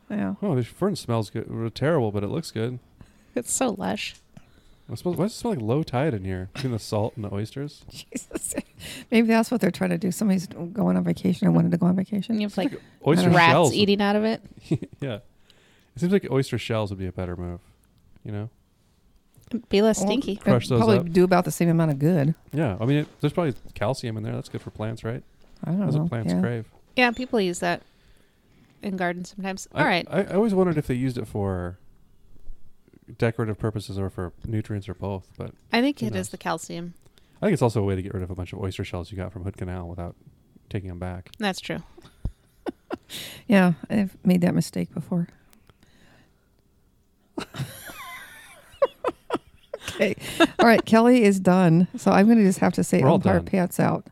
S2: Yeah.
S4: Oh, this fern smells good. uh, terrible, but it looks good.
S3: It's so lush.
S4: It smells- Why does it smell like low tide in here? Between the salt and the oysters.
S2: Jesus. Maybe that's what they're trying to do. Somebody's going on vacation. I wanted to go on vacation.
S3: And you have like
S4: Oyster
S3: rats
S4: shells.
S3: eating out of it.
S4: yeah, it seems like oyster shells would be a better move. You know?
S3: Be less
S4: Oh,
S2: Well,
S3: stinky.
S2: it'd
S4: Crush those
S2: probably
S4: up.
S2: do about the same amount of good.
S4: Yeah. I mean, it, there's probably calcium in there. That's good for plants, right?
S2: I don't
S4: That's
S2: know.
S4: what plants
S2: Oh, yeah.
S4: crave.
S3: Yeah, people use that in gardens sometimes.
S4: I-
S3: All right.
S4: I, I always wondered if they used it for decorative purposes or for nutrients or both, but
S3: I think
S4: who
S3: it
S4: knows?
S3: is the calcium.
S4: I think it's also a way to get rid of a bunch of oyster shells you got from Hood Canal without taking them back.
S3: That's true.
S2: Yeah, I've made that mistake before. okay. All right, Kelly is done. So I'm going to just have to say
S4: We're all
S2: umpire
S4: done.
S2: pants out.